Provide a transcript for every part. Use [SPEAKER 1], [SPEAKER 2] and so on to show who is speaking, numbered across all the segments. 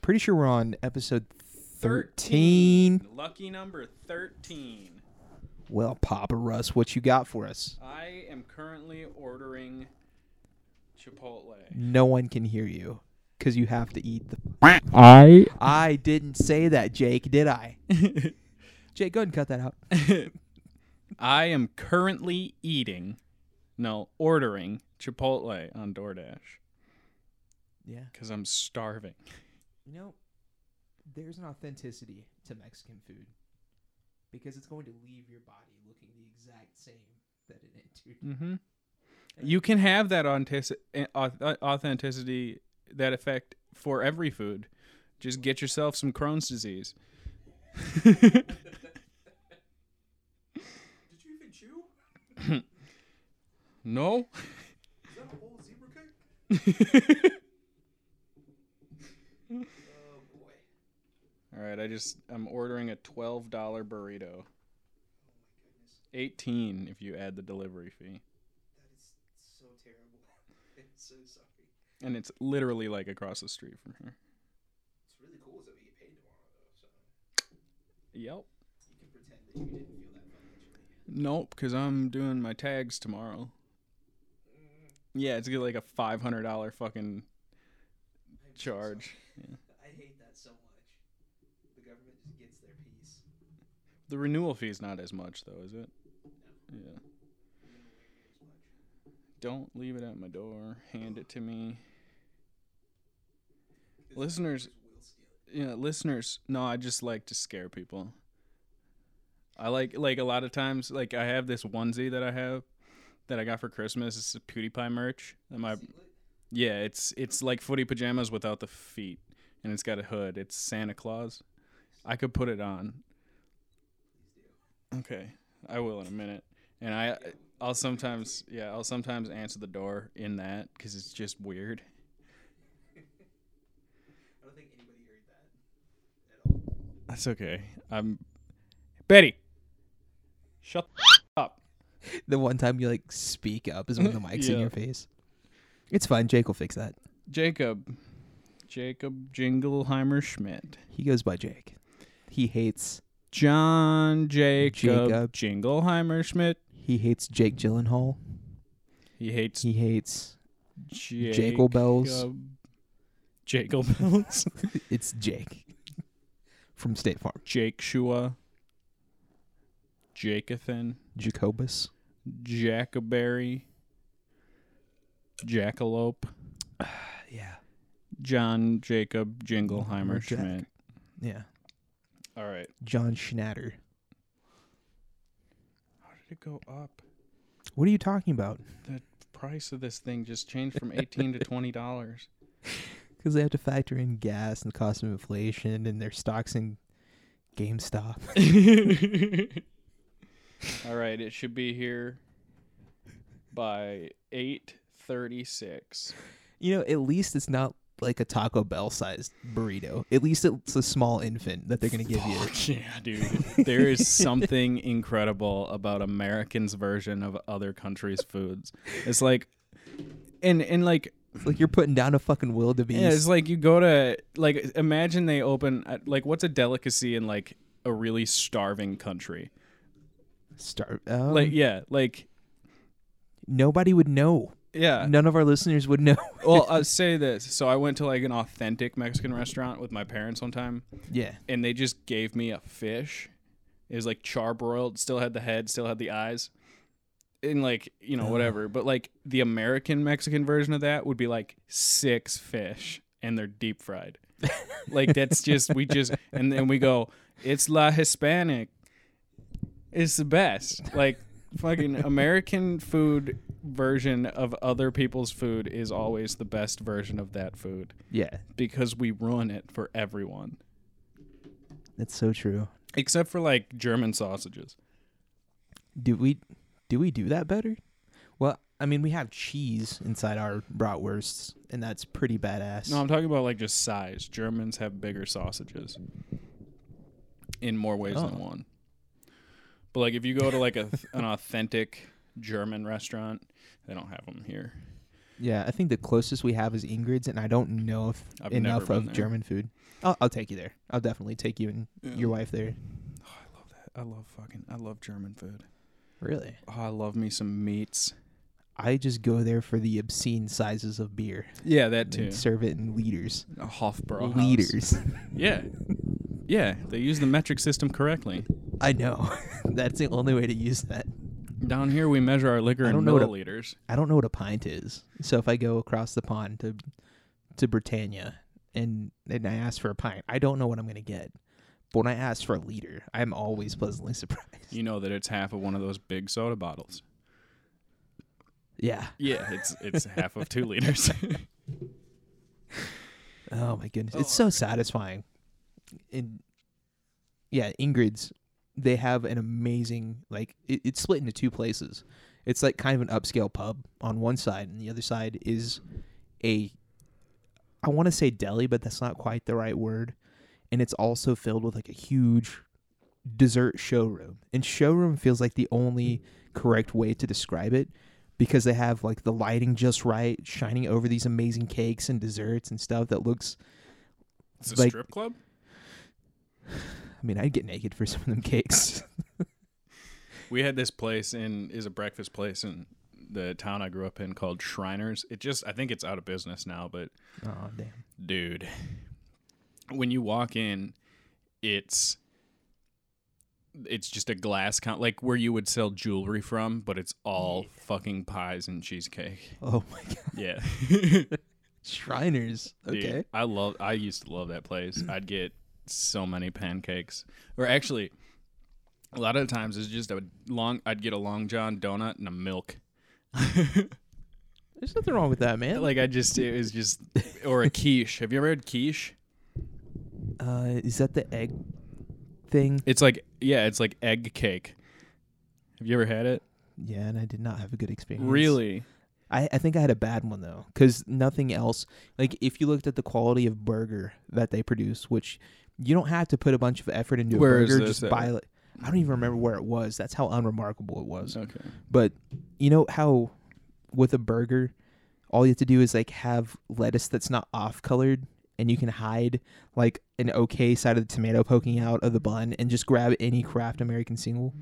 [SPEAKER 1] pretty sure we're on episode 13.
[SPEAKER 2] Lucky number 13.
[SPEAKER 1] Well, Papa Russ, what you got for us?
[SPEAKER 2] I am currently ordering Chipotle.
[SPEAKER 1] No one can hear you because you have to eat the.
[SPEAKER 3] I
[SPEAKER 1] I didn't say that, Jake, did I? Jake, go ahead and cut that out.
[SPEAKER 2] I am currently eating, no, ordering Chipotle on DoorDash
[SPEAKER 1] Yeah.
[SPEAKER 2] because I'm starving.
[SPEAKER 1] You know, there's an authenticity to Mexican food because it's going to leave your body looking the exact same that it entered.
[SPEAKER 2] Mm-hmm. You can have that authentic- auth- authenticity, that effect for every food. Just get yourself some Crohn's disease.
[SPEAKER 1] Did you even chew?
[SPEAKER 2] no?
[SPEAKER 1] Is that a whole zebra cake? Oh boy.
[SPEAKER 2] All right, I just I'm ordering a twelve dollar burrito. Eighteen if you add the delivery fee,
[SPEAKER 1] That is so terrible. I'm so sorry.
[SPEAKER 2] and it's literally like across the street from here.
[SPEAKER 1] It's really cool is that we get paid tomorrow though, so
[SPEAKER 2] Yep.
[SPEAKER 1] you can pretend that you didn't feel that financially.
[SPEAKER 2] Nope, because I'm doing my tags tomorrow.
[SPEAKER 1] Mm,
[SPEAKER 2] Yeah, it's gonna be like a five hundred dollar fucking
[SPEAKER 1] I'm so
[SPEAKER 2] charge.
[SPEAKER 1] sorry. I hate that so much. The government just gets their piece.
[SPEAKER 2] The renewal fee's not as much though, is it? Yeah. Don't leave it at my door. Hand it to me. Listeners, yeah, listeners. No, I just like to scare people. I like like a lot of times. Like I have this onesie that I have that I got for Christmas. It's a PewDiePie merch. And my yeah, it's it's like footy pajamas without the feet, and it's got a hood. It's Santa Claus. I could put it on. Okay, I will in a minute. And I I'll sometimes yeah I'll sometimes answer the door in that because it's just weird.
[SPEAKER 1] I don't think anybody heard that at all.
[SPEAKER 2] That's okay. I'm Betty. Shut up.
[SPEAKER 1] The one time you like speak up is when the mic's in
[SPEAKER 2] Yeah.
[SPEAKER 1] your face. It's fine, Jake will fix that.
[SPEAKER 2] Jacob. Jacob Jingleheimer Schmidt.
[SPEAKER 1] He goes by Jake. He hates
[SPEAKER 2] John Jacob,
[SPEAKER 1] Jacob.
[SPEAKER 2] Jingleheimer Schmidt.
[SPEAKER 1] he hates Jake Gyllenhaal.
[SPEAKER 2] He hates
[SPEAKER 1] He hates
[SPEAKER 2] Jake
[SPEAKER 1] Jacob Bells.
[SPEAKER 2] Jacob Bells.
[SPEAKER 1] It's Jake from State Farm.
[SPEAKER 2] Jake Shua. Jacothan.
[SPEAKER 1] Jacobus.
[SPEAKER 2] Jacoberry. Jackalope.
[SPEAKER 1] Yeah.
[SPEAKER 2] John Jacob Jingleheimer
[SPEAKER 1] Jack.
[SPEAKER 2] Schmidt.
[SPEAKER 1] Yeah.
[SPEAKER 2] All right.
[SPEAKER 1] John Schnatter.
[SPEAKER 2] How did it go up?
[SPEAKER 1] What are you talking about?
[SPEAKER 2] price of this thing just changed from 18 to 20 dollars
[SPEAKER 1] Because they have to factor in gas and the cost of inflation and their stocks in GameStop.
[SPEAKER 2] all right it should be here by 8.36
[SPEAKER 1] you know, at least it's not like a Taco Bell sized burrito. At least it's a small infant that they're going to give you.
[SPEAKER 2] yeah dude there is something incredible about americans version of other countries foods it's like and and like
[SPEAKER 1] It's like you're putting down a fucking wildebeest.
[SPEAKER 2] yeah, it's like you go to like imagine they open uh, like what's a delicacy in like a really starving country
[SPEAKER 1] Star- um,
[SPEAKER 2] like yeah like
[SPEAKER 1] nobody would know.
[SPEAKER 2] yeah
[SPEAKER 1] None of our listeners would know.
[SPEAKER 2] well, I'll say this. So I went to like an authentic Mexican restaurant with my parents one time,
[SPEAKER 1] yeah.
[SPEAKER 2] and they just gave me a fish. It was like charbroiled, still had the head, still had the eyes, and like you know whatever. But like the American Mexican version of that would be like six fish, and they're deep fried. like that's just we just and then we go. It's la Hispanic. It's the best. Like fucking American food version of other people's food is always the best version of that food
[SPEAKER 1] Yeah.
[SPEAKER 2] because we ruin it for everyone
[SPEAKER 1] That's so true.
[SPEAKER 2] except for like German sausages.
[SPEAKER 1] Do we do we do that better? Well, I mean, we have cheese inside our bratwursts, and that's pretty badass.
[SPEAKER 2] No, I'm talking about like just size. Germans have bigger sausages in more ways than
[SPEAKER 1] Oh.
[SPEAKER 2] one. But like if you go to like a, an authentic German restaurant, they don't have them here.
[SPEAKER 1] Yeah, I think the closest we have is Ingrid's, and I don't know if
[SPEAKER 2] I've
[SPEAKER 1] enough
[SPEAKER 2] never been
[SPEAKER 1] of
[SPEAKER 2] there.
[SPEAKER 1] German food. I'll, I'll take you there. I'll definitely take you and
[SPEAKER 2] Yeah.
[SPEAKER 1] your wife there.
[SPEAKER 2] Oh, I love that. I love fucking. I love German food.
[SPEAKER 1] Really?
[SPEAKER 2] Oh, I love me some meats.
[SPEAKER 1] I just go there for the obscene sizes of beer.
[SPEAKER 2] Yeah, that too.
[SPEAKER 1] and serve it in liters.
[SPEAKER 2] A Hofbrauhaus.
[SPEAKER 1] liters.
[SPEAKER 2] Yeah. Yeah, they use the metric system correctly.
[SPEAKER 1] I know. That's the only way to use that.
[SPEAKER 2] Down here, we measure our liquor
[SPEAKER 1] I
[SPEAKER 2] in
[SPEAKER 1] don't know what a-
[SPEAKER 2] milliliters.
[SPEAKER 1] I don't know what a pint is. So if I go across the pond to to Britannia and and I ask for a pint, I don't know what I'm gonna get. But when I ask for a liter, I'm always pleasantly surprised.
[SPEAKER 2] You know that it's half of one of those big soda bottles.
[SPEAKER 1] Yeah.
[SPEAKER 2] Yeah, it's it's half of two liters.
[SPEAKER 1] Oh my goodness, it's
[SPEAKER 2] Oh.
[SPEAKER 1] so satisfying. And yeah, Ingrid's, they have an amazing like it, it's split into two places. It's like kind of an upscale pub on one side, and the other side is a I want to say deli, but that's not quite the right word. And it's also filled with like a huge dessert showroom. And showroom feels like the only correct way to describe it because they have like the lighting just right, shining over these amazing cakes and desserts and stuff that looks.
[SPEAKER 2] It's a
[SPEAKER 1] Like-
[SPEAKER 2] strip club.
[SPEAKER 1] I mean, I'd get naked for some of them cakes.
[SPEAKER 2] We had this place in is a breakfast place in the town I grew up in called Shriners. It just I think it's out of business now, but
[SPEAKER 1] oh damn!
[SPEAKER 2] dude, when you walk in, it's it's just a glass count like where you would sell jewelry from, but it's all fucking pies and cheesecake.
[SPEAKER 1] Oh my god!
[SPEAKER 2] Yeah.
[SPEAKER 1] Shriners.
[SPEAKER 2] Dude,
[SPEAKER 1] Okay.
[SPEAKER 2] I love. I used to love that place. I'd get so many pancakes, or actually, a lot of the times it's just a long. I'd get a long john donut and a milk.
[SPEAKER 1] There's nothing wrong with that, man.
[SPEAKER 2] like I just it was just or a quiche. Have you ever had quiche?
[SPEAKER 1] Uh, is that the egg thing?
[SPEAKER 2] It's like yeah, it's like egg cake. Have you ever had it?
[SPEAKER 1] Yeah, and I did not have a good experience.
[SPEAKER 2] Really?
[SPEAKER 1] I, I think I had a bad one though, because nothing else. Like if you looked at the quality of burger that they produce, which you don't have to put a bunch of effort into
[SPEAKER 2] Where
[SPEAKER 1] a
[SPEAKER 2] is
[SPEAKER 1] burger,
[SPEAKER 2] this
[SPEAKER 1] just
[SPEAKER 2] at?
[SPEAKER 1] buy it. I don't even remember where it was. That's how unremarkable it was.
[SPEAKER 2] Okay.
[SPEAKER 1] But you know how with a burger, all you have to do is like have lettuce that's not off colored and you can hide like an okay side of the tomato poking out of the bun and just grab any Kraft American single.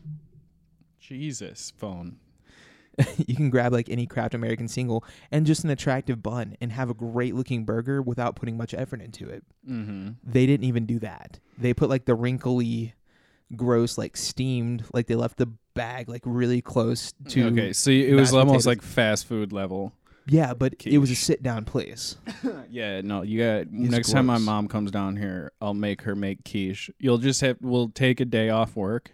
[SPEAKER 2] Jesus phone.
[SPEAKER 1] you can grab like any Kraft American single and just an attractive bun and have a great looking burger without putting much effort into it.
[SPEAKER 2] Mm-hmm.
[SPEAKER 1] They didn't even do that. They put like the wrinkly, gross, like steamed, like they left the bag like really close to
[SPEAKER 2] okay, so you- it was
[SPEAKER 1] mashed
[SPEAKER 2] almost
[SPEAKER 1] potatoes.
[SPEAKER 2] like fast food level.
[SPEAKER 1] Yeah, but it was a
[SPEAKER 2] Quiche.
[SPEAKER 1] sit down place.
[SPEAKER 2] Yeah, no, you got next time my
[SPEAKER 1] gross.
[SPEAKER 2] mom comes down here, I'll make her make quiche. You'll just have we'll take a day off work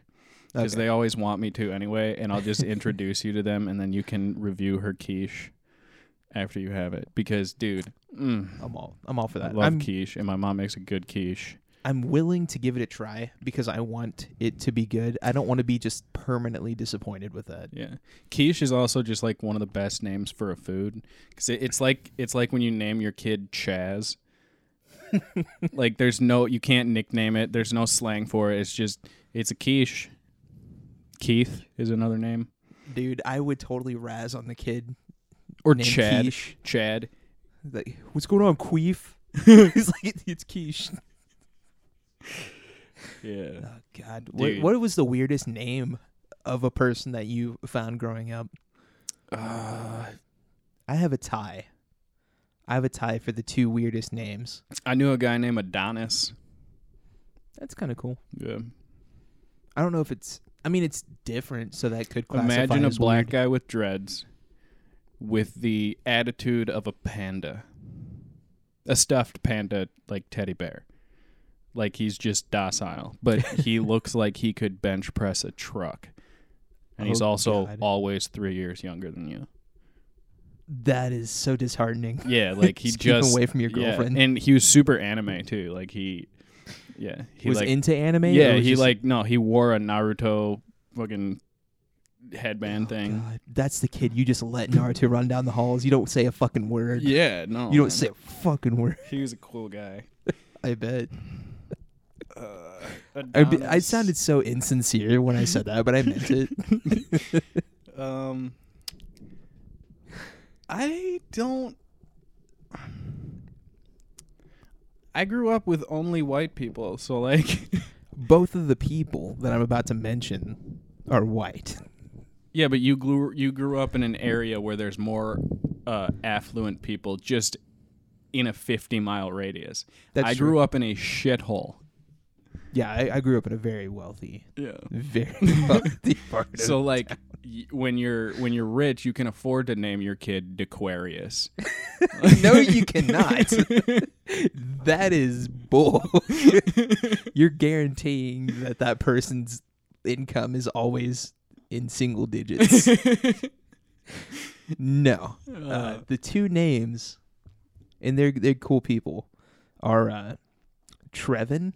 [SPEAKER 2] because
[SPEAKER 1] Okay.
[SPEAKER 2] they always want me to anyway, and I'll just introduce you to them, and then you can review her quiche after you have it. Because, dude, mm,
[SPEAKER 1] I'm all I'm all for
[SPEAKER 2] I
[SPEAKER 1] that.
[SPEAKER 2] love
[SPEAKER 1] Uh, I'm
[SPEAKER 2] quiche, and my mom makes a good quiche.
[SPEAKER 1] I'm willing to give it a try because I want it to be good. I don't want to be just permanently disappointed with that.
[SPEAKER 2] Yeah, quiche is also just like one of the best names for a food because it, it's like it's like when you name your kid Chaz. like, there's no you can't nickname it. There's no slang for it. It's just it's a quiche. Keith is another name,
[SPEAKER 1] Dude, I would totally razz on the kid
[SPEAKER 2] or
[SPEAKER 1] named
[SPEAKER 2] Chad.
[SPEAKER 1] Quiche.
[SPEAKER 2] Chad.
[SPEAKER 1] Like, what's going on, Queef? He's like, it's quiche.
[SPEAKER 2] Yeah.
[SPEAKER 1] Oh God, what,
[SPEAKER 2] Dude.
[SPEAKER 1] what was the weirdest name of a person that you found growing up?
[SPEAKER 2] Uh,
[SPEAKER 1] I have a tie. I have a tie for the two weirdest names.
[SPEAKER 2] I knew a guy named Adonis.
[SPEAKER 1] That's kind of cool.
[SPEAKER 2] Yeah.
[SPEAKER 1] I don't know if it's. I mean, it's different, so that could classify
[SPEAKER 2] Imagine a
[SPEAKER 1] as
[SPEAKER 2] black
[SPEAKER 1] weird.
[SPEAKER 2] guy with dreads with the attitude of a panda. A stuffed panda like teddy bear. Like he's just docile, but he looks like he could bench press a truck. And he's
[SPEAKER 1] Oh,
[SPEAKER 2] also
[SPEAKER 1] God.
[SPEAKER 2] always 3 years younger than you.
[SPEAKER 1] That is so disheartening.
[SPEAKER 2] Yeah, like he
[SPEAKER 1] Just keep him
[SPEAKER 2] just
[SPEAKER 1] away from your
[SPEAKER 2] yeah,
[SPEAKER 1] girlfriend.
[SPEAKER 2] and he was super anime too. Like he yeah, he
[SPEAKER 1] was
[SPEAKER 2] like
[SPEAKER 1] into anime. or
[SPEAKER 2] Yeah,
[SPEAKER 1] was
[SPEAKER 2] he
[SPEAKER 1] just-
[SPEAKER 2] like no, he wore a Naruto fucking headband thing.
[SPEAKER 1] Oh, God, that's the kid you just let Naruto run down the halls. You don't say a fucking word.
[SPEAKER 2] Yeah, no.
[SPEAKER 1] you don't
[SPEAKER 2] man.
[SPEAKER 1] say a fucking word.
[SPEAKER 2] He was a cool guy.
[SPEAKER 1] I bet. I, be- I sounded so insincere when I said that, but I meant it.
[SPEAKER 2] Um, I don't. I grew up with only white people, so like,
[SPEAKER 1] Both of the people that I'm about to mention are white.
[SPEAKER 2] yeah. But you grew you grew up in an area where there's more uh, affluent people, just in a 50 mile radius.
[SPEAKER 1] That's
[SPEAKER 2] I grew up in a shithole.
[SPEAKER 1] Yeah, I, I grew up in a very wealthy,
[SPEAKER 2] Yeah.
[SPEAKER 1] very wealthy part. of-
[SPEAKER 2] So like, y- when you're when you're rich, you can afford to name your kid Dequarius.
[SPEAKER 1] no, you cannot. that is bull. You're guaranteeing that that person's income is always in single digits. no, uh, the two names, and they're they're cool people, are uh, Trevin.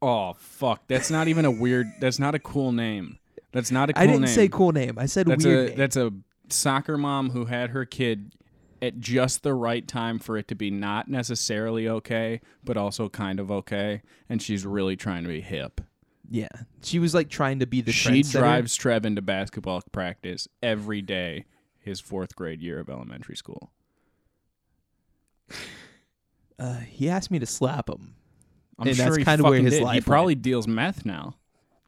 [SPEAKER 2] Oh fuck! That's not even a weird. That's not a cool name. That's not a cool
[SPEAKER 1] I didn't
[SPEAKER 2] name.
[SPEAKER 1] say cool name. I said
[SPEAKER 2] that's
[SPEAKER 1] weird
[SPEAKER 2] a
[SPEAKER 1] name.
[SPEAKER 2] that's a soccer mom who had her kid at just the right time for it to be not necessarily okay, but also kind of okay, and she's really trying to be hip.
[SPEAKER 1] yeah, she was like trying to be the
[SPEAKER 2] she
[SPEAKER 1] trendsetter.
[SPEAKER 2] drives Trevin to basketball practice every day his fourth grade year of elementary school.
[SPEAKER 1] Uh, he asked me to slap him.
[SPEAKER 2] I'm
[SPEAKER 1] And
[SPEAKER 2] sure
[SPEAKER 1] that's
[SPEAKER 2] he
[SPEAKER 1] kinda
[SPEAKER 2] fucking
[SPEAKER 1] where his
[SPEAKER 2] did.
[SPEAKER 1] life
[SPEAKER 2] He
[SPEAKER 1] went.
[SPEAKER 2] probably deals meth now.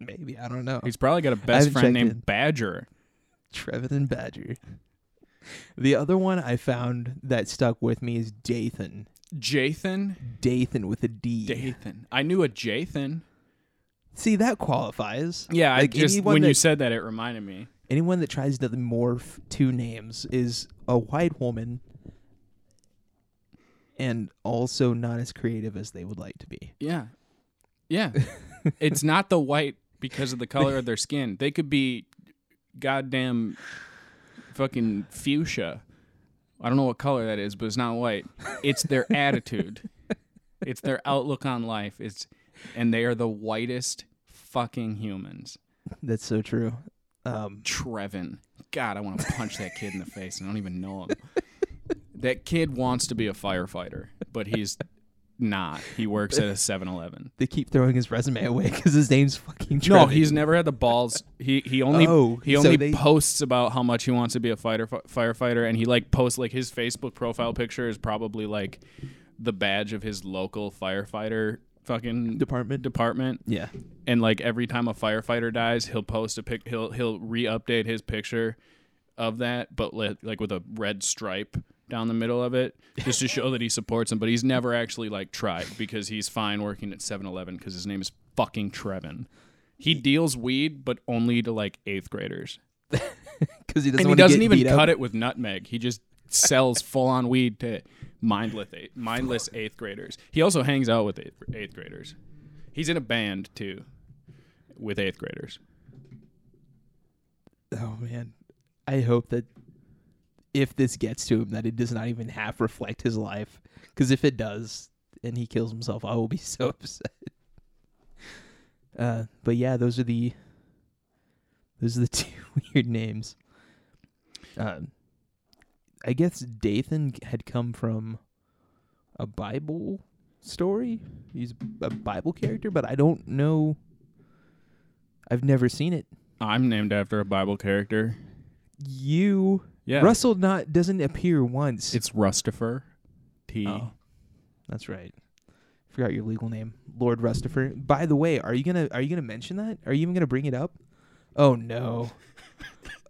[SPEAKER 1] Maybe I don't know.
[SPEAKER 2] He's probably got a best
[SPEAKER 1] haven't
[SPEAKER 2] friend
[SPEAKER 1] checked
[SPEAKER 2] named
[SPEAKER 1] in.
[SPEAKER 2] Badger.
[SPEAKER 1] Trevin and Badger. The other one I found that stuck with me is Dathan.
[SPEAKER 2] Jathan.
[SPEAKER 1] Dathan with a D.
[SPEAKER 2] Dathan. I knew a Jathan.
[SPEAKER 1] See, that qualifies.
[SPEAKER 2] Yeah,
[SPEAKER 1] like
[SPEAKER 2] I just
[SPEAKER 1] anyone
[SPEAKER 2] when
[SPEAKER 1] that
[SPEAKER 2] you said that, it reminded me.
[SPEAKER 1] anyone that tries to morph two names is a white woman, and also not as creative as they would like to be.
[SPEAKER 2] Yeah, yeah. it's not the white because of the color of their skin. They could be goddamn fucking fuchsia. I don't know what color that is, but it's not white. It's their attitude. It's their outlook on life. It's and they are the whitest fucking humans.
[SPEAKER 1] That's so true. Um,
[SPEAKER 2] Trevin. God, I want to punch that kid in the face. and I don't even know him. That kid wants to be a firefighter, but he's not. He works at a 7 Eleven.
[SPEAKER 1] they keep throwing his resume away because his name's fucking. Trevin.
[SPEAKER 2] No, he's never had the balls. He he only
[SPEAKER 1] Oh,
[SPEAKER 2] he
[SPEAKER 1] so
[SPEAKER 2] only
[SPEAKER 1] they-
[SPEAKER 2] posts about how much he wants to be a fighter fi- firefighter, and he like posts like his Facebook profile picture is probably like the badge of his local firefighter fucking
[SPEAKER 1] Department?
[SPEAKER 2] department
[SPEAKER 1] yeah.
[SPEAKER 2] and like every time a firefighter dies, he'll post a pic. He'll he'll re-update his picture of that, but li- like with a red stripe down the middle of it, just to show that he supports him. But he's never actually like tried because he's fine working at 7-Eleven because his name is fucking Trevin. He deals weed, but only to like eighth graders,
[SPEAKER 1] Because he doesn't.
[SPEAKER 2] and he
[SPEAKER 1] wanna
[SPEAKER 2] doesn't
[SPEAKER 1] get
[SPEAKER 2] even
[SPEAKER 1] beat up.
[SPEAKER 2] cut it with nutmeg. He just sells full on weed to mindless eight, mindless eighth graders. He also hangs out with eighth, eighth graders. He's in a band too, with eighth graders.
[SPEAKER 1] Oh man, I hope that if this gets to him, that it does not even half reflect his life. Because if it does, and he kills himself, I will be so upset. Uh, but yeah, those are the those are the two weird names. Um, I guess Dathan had come from a Bible story. He's a Bible character, but I don't know. I've never seen it.
[SPEAKER 2] I'm named after a Bible character.
[SPEAKER 1] You
[SPEAKER 2] Yeah,
[SPEAKER 1] Russell not doesn't appear once.
[SPEAKER 2] It's E. Rustifer. T.
[SPEAKER 1] Oh. That's right. Forgot your legal name, Lord Rustifer. By the way, are you gonna are you gonna mention that? Are you even gonna bring it up? Oh no.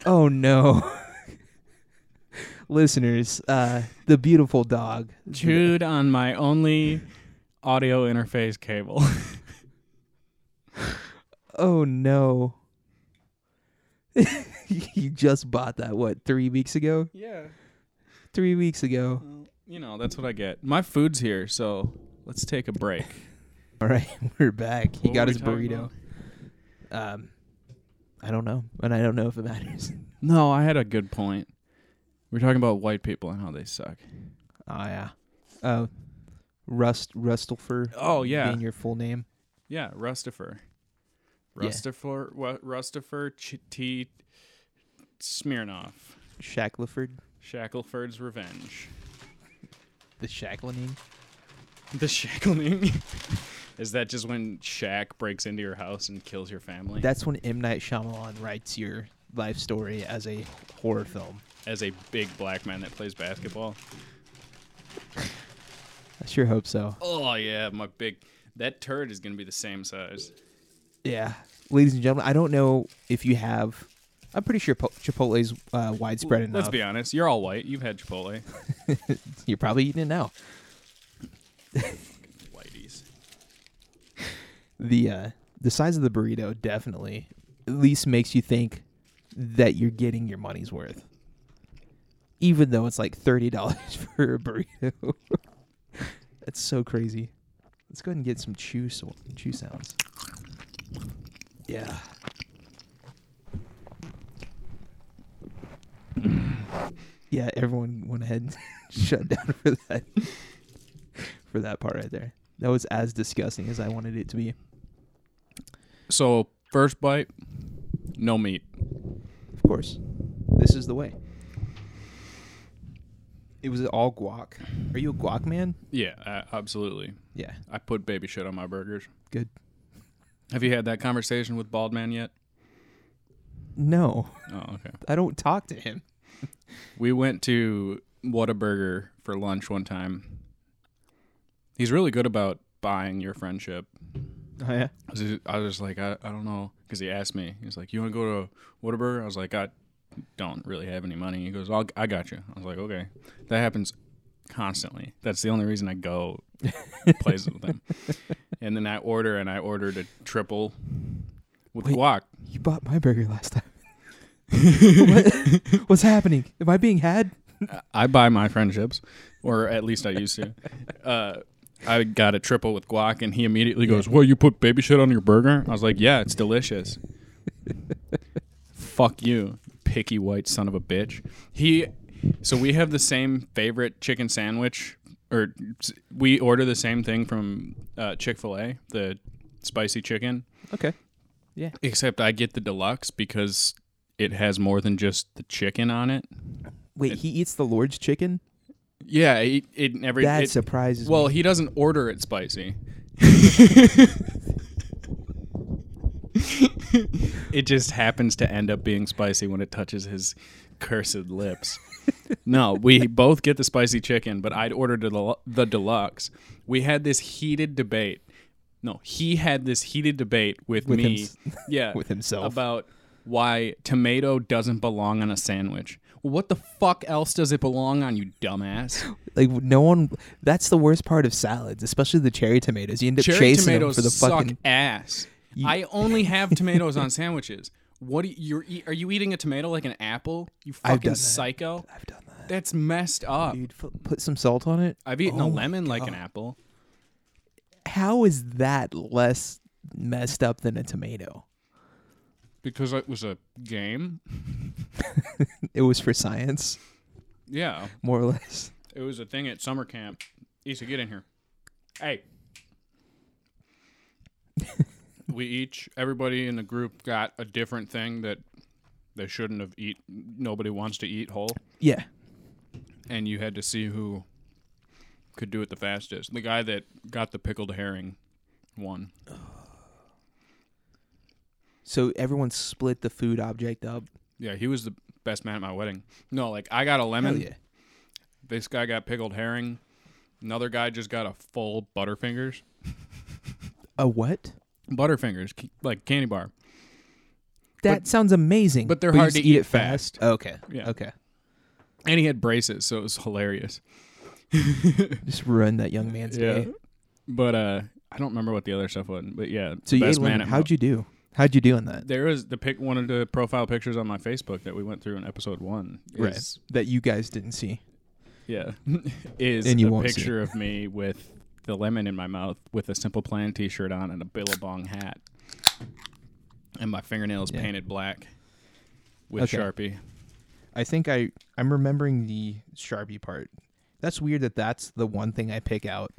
[SPEAKER 1] oh no. Listeners, uh, the beautiful dog.
[SPEAKER 2] Chewed on my only audio interface cable.
[SPEAKER 1] Oh no. you just bought that what three weeks ago?
[SPEAKER 2] yeah.
[SPEAKER 1] Three weeks ago.
[SPEAKER 2] You know, that's what I get. My food's here, so let's take a break.
[SPEAKER 1] All right, we're back. He
[SPEAKER 2] What
[SPEAKER 1] got
[SPEAKER 2] were we
[SPEAKER 1] his
[SPEAKER 2] talking
[SPEAKER 1] burrito.
[SPEAKER 2] about?
[SPEAKER 1] Um, I don't know, and I don't know if it matters.
[SPEAKER 2] No, I had a good point. We're talking about white people and how they suck.
[SPEAKER 1] Oh
[SPEAKER 2] Ah,
[SPEAKER 1] yeah. Oh, Rust Rustelfer.
[SPEAKER 2] Oh, yeah.
[SPEAKER 1] being your full name.
[SPEAKER 2] Yeah, Rustifer.
[SPEAKER 1] Yeah.
[SPEAKER 2] Rustifer, Ru- Rustifer Ch- T. Smirnoff.
[SPEAKER 1] Shackleford,
[SPEAKER 2] Shackleford's Revenge.
[SPEAKER 1] the Shacklining.
[SPEAKER 2] The shackling. Is that just when Shaq breaks into your house and kills your family?
[SPEAKER 1] That's when M Night Shyamalan writes your life story as a horror film.
[SPEAKER 2] as a big black man that plays basketball.
[SPEAKER 1] I sure hope so.
[SPEAKER 2] Oh yeah, my big that turd is gonna be the same size.
[SPEAKER 1] Yeah, ladies and gentlemen, I don't know if you have. I'm pretty sure po- Chipotle's uh, widespread enough.
[SPEAKER 2] Let's be honest, you're all white. You've had Chipotle,
[SPEAKER 1] You're probably eating it now.
[SPEAKER 2] whiteies.
[SPEAKER 1] The uh, the size of the burrito definitely at least makes you think that you're getting your money's worth, even though it's like thirty dollars for a burrito. That's so crazy. Let's go ahead and get some chew so- chew sounds. Yeah. Yeah, everyone went ahead and shut down for that for that part right there. That was as disgusting as I wanted it to be.
[SPEAKER 2] So first bite, no meat.
[SPEAKER 1] Of course. This is the way. It was all guac. Are you a guac man?
[SPEAKER 2] Yeah, a- absolutely.
[SPEAKER 1] Yeah.
[SPEAKER 2] I put baby shit on my burgers.
[SPEAKER 1] Good.
[SPEAKER 2] Have you had that conversation with Bald Man yet?
[SPEAKER 1] No.
[SPEAKER 2] Oh, okay.
[SPEAKER 1] I don't talk to him.
[SPEAKER 2] We went to Whataburger for lunch one time. He's really good about buying your friendship.
[SPEAKER 1] Oh yeah.
[SPEAKER 2] I was just, I was just like, I, I don't know. Because he asked me, he's like, you want to go to Whataburger? I was like, I don't really have any money. He goes, I'll, I got you. I was like, okay. That happens constantly. That's the only reason I go places with him. And then I order, and I ordered a triple with
[SPEAKER 1] Wait.
[SPEAKER 2] guac.
[SPEAKER 1] You bought my burger last time. What- What's happening? Am I being had?
[SPEAKER 2] I buy my friendships, or at least I used to. Uh, I got a triple with guac, and he immediately goes, "Well, you put baby shit on your burger?" I was like, "Yeah, it's delicious." Fuck you, picky white son of a bitch. He, so we have the same favorite chicken sandwich, or s- we order the same thing from uh, Chick Fil A, the spicy chicken.
[SPEAKER 1] Okay.
[SPEAKER 2] Except I get the deluxe because it has more than just the chicken on it.
[SPEAKER 1] Wait, he eats the Lord's chicken?
[SPEAKER 2] Yeah, it, it every
[SPEAKER 1] That
[SPEAKER 2] it-
[SPEAKER 1] surprises
[SPEAKER 2] Well, he doesn't order it spicy. it just happens to end up being spicy when it touches his cursed lips. no, we both get the spicy chicken, but I'd ordered the, del- the deluxe. We had this heated debate. No, he had this heated debate with,
[SPEAKER 1] With
[SPEAKER 2] me.
[SPEAKER 1] hims-
[SPEAKER 2] yeah,
[SPEAKER 1] with himself.
[SPEAKER 2] about why tomato doesn't belong on a sandwich. Well, what the fuck else does it belong on, you dumbass?
[SPEAKER 1] me. Like no one that's the worst part of salads, especially the cherry tomatoes. You end up
[SPEAKER 2] Cherry
[SPEAKER 1] chasing
[SPEAKER 2] tomatoes
[SPEAKER 1] them for the
[SPEAKER 2] suck
[SPEAKER 1] fucking
[SPEAKER 2] ass. I only have tomatoes on sandwiches. What do you, you're eat, are you eating a tomato like an apple? You
[SPEAKER 1] I've done
[SPEAKER 2] fucking
[SPEAKER 1] that.
[SPEAKER 2] psycho.
[SPEAKER 1] I've done that.
[SPEAKER 2] That's messed up.
[SPEAKER 1] Dude, f- put some salt on it.
[SPEAKER 2] I've eaten
[SPEAKER 1] Oh
[SPEAKER 2] a
[SPEAKER 1] my
[SPEAKER 2] lemon like an apple.
[SPEAKER 1] How is that less messed up than a tomato?
[SPEAKER 2] Because it was a game.
[SPEAKER 1] It was for science,
[SPEAKER 2] Yeah.
[SPEAKER 1] more or less.
[SPEAKER 2] It was a thing at summer camp. Issa, get in here. Hey. we each, everybody in the group got a different thing that they shouldn't have eat. Nobody wants to eat whole.
[SPEAKER 1] Yeah.
[SPEAKER 2] and you had to see who could do it the fastest. The guy that got the pickled herring won.
[SPEAKER 1] So everyone split the food object up.
[SPEAKER 2] Yeah, he was the best man at my wedding. No, like I got a lemon.
[SPEAKER 1] yeah.
[SPEAKER 2] This guy got pickled herring. Another guy just got a full Butterfingers.
[SPEAKER 1] A what?
[SPEAKER 2] Butterfingers, c- like candy bar.
[SPEAKER 1] That sounds amazing.
[SPEAKER 2] but they're
[SPEAKER 1] you
[SPEAKER 2] hard
[SPEAKER 1] just
[SPEAKER 2] to eat fast.
[SPEAKER 1] Okay.
[SPEAKER 2] Yeah.
[SPEAKER 1] Okay.
[SPEAKER 2] And he had braces, so it was hilarious.
[SPEAKER 1] Just ruin that young man's
[SPEAKER 2] Yeah.
[SPEAKER 1] day.
[SPEAKER 2] But uh I don't remember what the other stuff was, but yeah.
[SPEAKER 1] So you ate
[SPEAKER 2] best
[SPEAKER 1] lemon.
[SPEAKER 2] man at my-
[SPEAKER 1] How'd you do? How'd you do on that?
[SPEAKER 2] There was the pic one of the profile pictures on my Facebook that we went through in episode 1. is
[SPEAKER 1] That you guys didn't see.
[SPEAKER 2] Yeah. is
[SPEAKER 1] And you
[SPEAKER 2] a
[SPEAKER 1] won't see it.
[SPEAKER 2] picture of me with the lemon in my mouth with a Simple Plan t shirt on and a Billabong hat. And my fingernails
[SPEAKER 1] Yeah.
[SPEAKER 2] painted black with
[SPEAKER 1] Okay.
[SPEAKER 2] Sharpie.
[SPEAKER 1] I think I I'm remembering the Sharpie part. That's weird that that's the one thing I pick out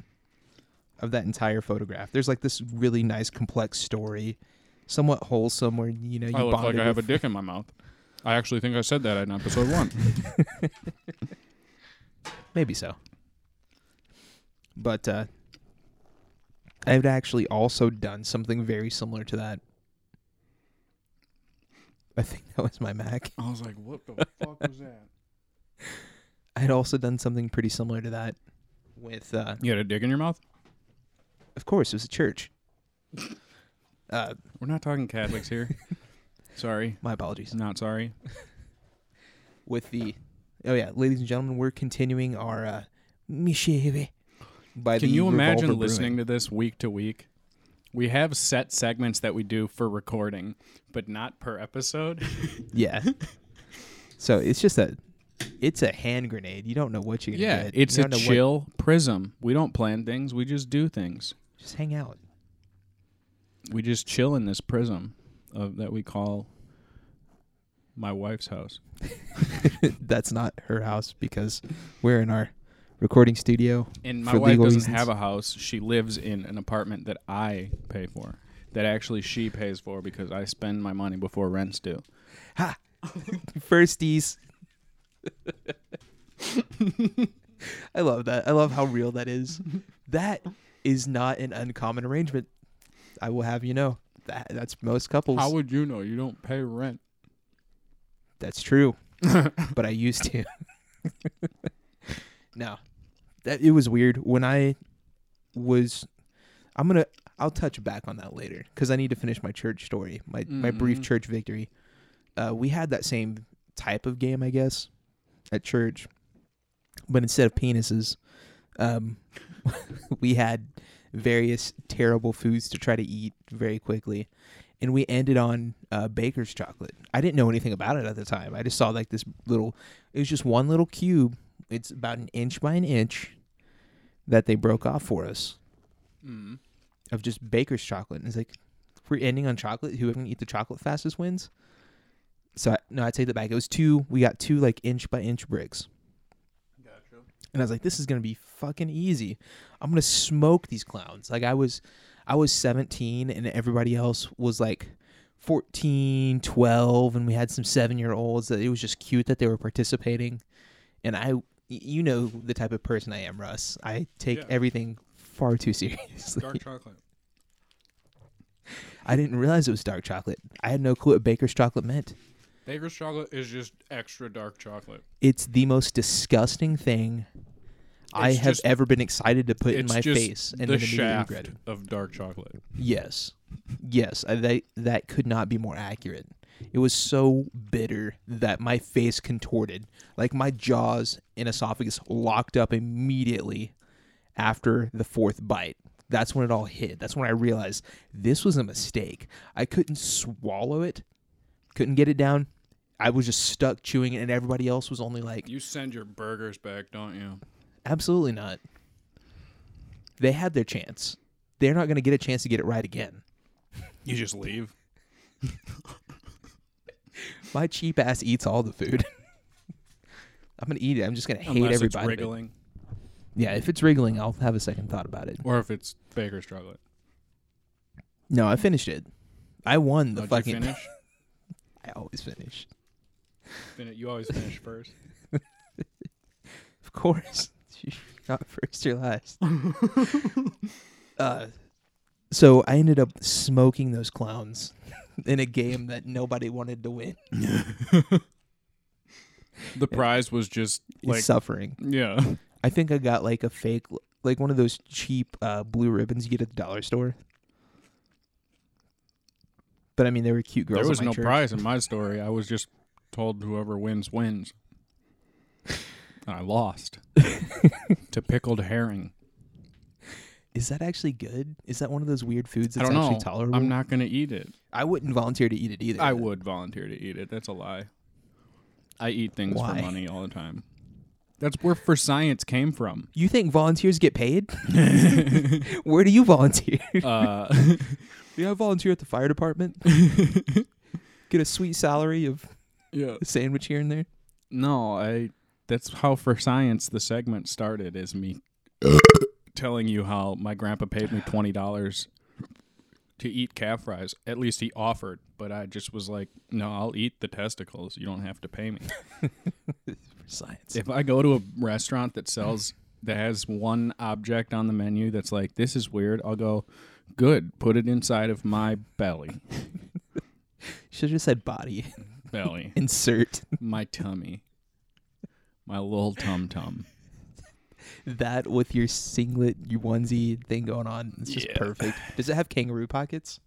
[SPEAKER 1] of that entire photograph. There's like this really nice complex story, somewhat wholesome where you know you
[SPEAKER 2] I look like
[SPEAKER 1] bonded
[SPEAKER 2] I have a
[SPEAKER 1] with-
[SPEAKER 2] dick in my mouth. I actually think I said that in episode one.
[SPEAKER 1] Maybe so. But uh, I've actually also done something very similar to that. I think that was my Mac.
[SPEAKER 2] I was like, what the fuck was that?
[SPEAKER 1] I had also done something pretty similar to that with, uh,
[SPEAKER 2] You had a dick in your mouth?
[SPEAKER 1] of course, it was a church. Uh,
[SPEAKER 2] We're not talking Catholics here. sorry.
[SPEAKER 1] my apologies.
[SPEAKER 2] Not sorry.
[SPEAKER 1] With the, oh yeah, ladies and gentlemen, we're continuing our uh, Mischieve by
[SPEAKER 2] Can
[SPEAKER 1] the
[SPEAKER 2] you
[SPEAKER 1] Revolver
[SPEAKER 2] imagine
[SPEAKER 1] Brewing.
[SPEAKER 2] listening to this week to week? We have set segments that we do for recording, but not per episode.
[SPEAKER 1] Yeah. so it's just a, it's a hand grenade. You don't know what you're gonna
[SPEAKER 2] yeah,
[SPEAKER 1] get.
[SPEAKER 2] it's
[SPEAKER 1] you
[SPEAKER 2] a
[SPEAKER 1] don't know what-
[SPEAKER 2] chill prism. We don't plan things, we just do things.
[SPEAKER 1] just hang out.
[SPEAKER 2] We just chill in this prism of that we call my wife's house.
[SPEAKER 1] That's not her house because we're in our recording studio.
[SPEAKER 2] And my
[SPEAKER 1] For
[SPEAKER 2] wife
[SPEAKER 1] legal
[SPEAKER 2] doesn't
[SPEAKER 1] reasons.
[SPEAKER 2] have a house. She lives in an apartment that I pay for. That actually she pays for because I spend my money before rent's due.
[SPEAKER 1] Firsties. I love that. I love how real that is. That is not an uncommon arrangement. I will have you know that that's most couples.
[SPEAKER 2] How would you know you don't pay rent?
[SPEAKER 1] that's true. but I used to. no, that it was weird when I was. I'm gonna. I'll touch back on that later because I need to finish my church story, my my brief
[SPEAKER 2] Mhm.
[SPEAKER 1] church victory. Uh, we had that same type of game, I guess, at church, but instead of penises, um, we had various terrible foods to try to eat very quickly and we ended on uh, baker's chocolate i didn't know anything about it at the time i just saw like this little it was just one little cube it's about an inch by an inch that they broke off for us
[SPEAKER 2] Mm.
[SPEAKER 1] of just baker's chocolate and it's like if we're ending on chocolate whoever can eat the chocolate fastest wins so I, no i take that back it was two we got two like inch by inch bricks
[SPEAKER 2] Gotcha.
[SPEAKER 1] and I was like, "This is gonna be fucking easy. I'm gonna smoke these clowns." Like I was, I was 17, and everybody else was like 14, 12, and we had some seven year olds that it was just cute that they were participating. And I, y- you know, the type of person I am, Russ. I take
[SPEAKER 2] Yeah.
[SPEAKER 1] everything far too seriously.
[SPEAKER 2] Dark chocolate.
[SPEAKER 1] I didn't realize it was dark chocolate. I had no clue what baker's chocolate meant.
[SPEAKER 2] Baker's chocolate is just extra dark chocolate.
[SPEAKER 1] It's the most disgusting thing. I
[SPEAKER 2] It's
[SPEAKER 1] have
[SPEAKER 2] just-
[SPEAKER 1] ever been excited to put in
[SPEAKER 2] it's
[SPEAKER 1] my
[SPEAKER 2] just
[SPEAKER 1] face and
[SPEAKER 2] the
[SPEAKER 1] then immediately
[SPEAKER 2] shaft
[SPEAKER 1] regret it.
[SPEAKER 2] of dark chocolate.
[SPEAKER 1] Yes, yes, I, that that could not be more accurate. It was so bitter that my face contorted, like my jaws and esophagus locked up immediately after the fourth bite. That's when it all hit. That's when I realized this was a mistake. I couldn't swallow it, couldn't get it down. I was just stuck chewing it, and everybody else was only like,
[SPEAKER 2] You send your burgers back, don't you?
[SPEAKER 1] "Absolutely not." They had their chance. They're not going to get a chance to get it right again.
[SPEAKER 2] You just leave.
[SPEAKER 1] My cheap ass eats all the food. I'm gonna eat it. I'm just gonna hate
[SPEAKER 2] Unless it's
[SPEAKER 1] everybody.
[SPEAKER 2] wriggling.
[SPEAKER 1] Yeah, if it's wriggling, I'll have a second thought about it.
[SPEAKER 2] Or if it's baker's chocolate.
[SPEAKER 1] No, I finished it. I won the
[SPEAKER 2] How'd
[SPEAKER 1] fucking.
[SPEAKER 2] you finish?
[SPEAKER 1] I always finish,
[SPEAKER 2] Fin- You always finish first.
[SPEAKER 1] of course. Not first or last. uh, so I ended up smoking those clowns in a game that nobody wanted to win.
[SPEAKER 2] The prize was just like
[SPEAKER 1] suffering.
[SPEAKER 2] yeah.
[SPEAKER 1] I think I got like a fake, like one of those cheap uh, blue ribbons you get at the dollar store. But I mean, they were cute girls.
[SPEAKER 2] There was
[SPEAKER 1] at my
[SPEAKER 2] no
[SPEAKER 1] church.
[SPEAKER 2] prize in my story. I was just told whoever wins wins. And I lost to pickled herring.
[SPEAKER 1] Is that actually good? Is that one of those weird foods
[SPEAKER 2] I
[SPEAKER 1] that's
[SPEAKER 2] don't
[SPEAKER 1] actually
[SPEAKER 2] know.
[SPEAKER 1] tolerable?
[SPEAKER 2] I'm not going to eat it.
[SPEAKER 1] I wouldn't volunteer to eat it either.
[SPEAKER 2] I would volunteer to eat it. That's a lie. I eat things
[SPEAKER 1] Why?
[SPEAKER 2] for money all the time. That's where for science came from.
[SPEAKER 1] You think volunteers get paid? Where do you volunteer?
[SPEAKER 2] Uh,
[SPEAKER 1] yeah, I volunteer at the fire department. get a sweet salary of
[SPEAKER 2] yeah.
[SPEAKER 1] a sandwich here and there.
[SPEAKER 2] No, I. That's how for science the segment started. Is me telling you how my grandpa paid me twenty dollars to eat calf fries. At least he offered, but I just was like, no, I'll eat the testicles. You don't have to pay me.
[SPEAKER 1] For science.
[SPEAKER 2] if I go to a restaurant that sells that has one object on the menu that's like this is weird, I'll go, good, put it inside of my belly.
[SPEAKER 1] Should have just said body.
[SPEAKER 2] belly,
[SPEAKER 1] Insert
[SPEAKER 2] my tummy, my little tum tum.
[SPEAKER 1] that with your singlet, your onesie thing going on. It's just
[SPEAKER 2] Yeah.
[SPEAKER 1] perfect. Does it have kangaroo pockets?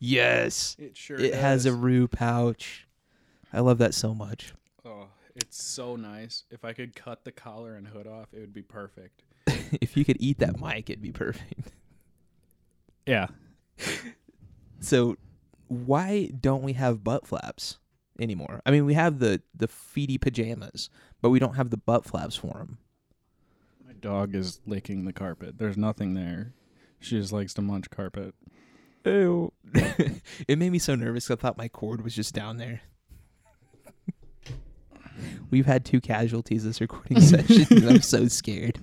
[SPEAKER 1] Yes.
[SPEAKER 2] It sure
[SPEAKER 1] it has a roo pouch. I love that so much.
[SPEAKER 2] Oh, it's so nice. If I could cut the collar and hood off, it would be perfect.
[SPEAKER 1] if you could eat that mic, it'd be perfect.
[SPEAKER 2] Yeah.
[SPEAKER 1] So why don't we have butt flaps anymore? I mean, we have the the feety pajamas, but we don't have the butt flaps for them.
[SPEAKER 2] My dog is licking the carpet. There's nothing there. She just likes to munch carpet.
[SPEAKER 1] Ew. it made me so nervous. 'cause I thought my cord was just down there. We've had two casualties this recording session. and I'm so scared.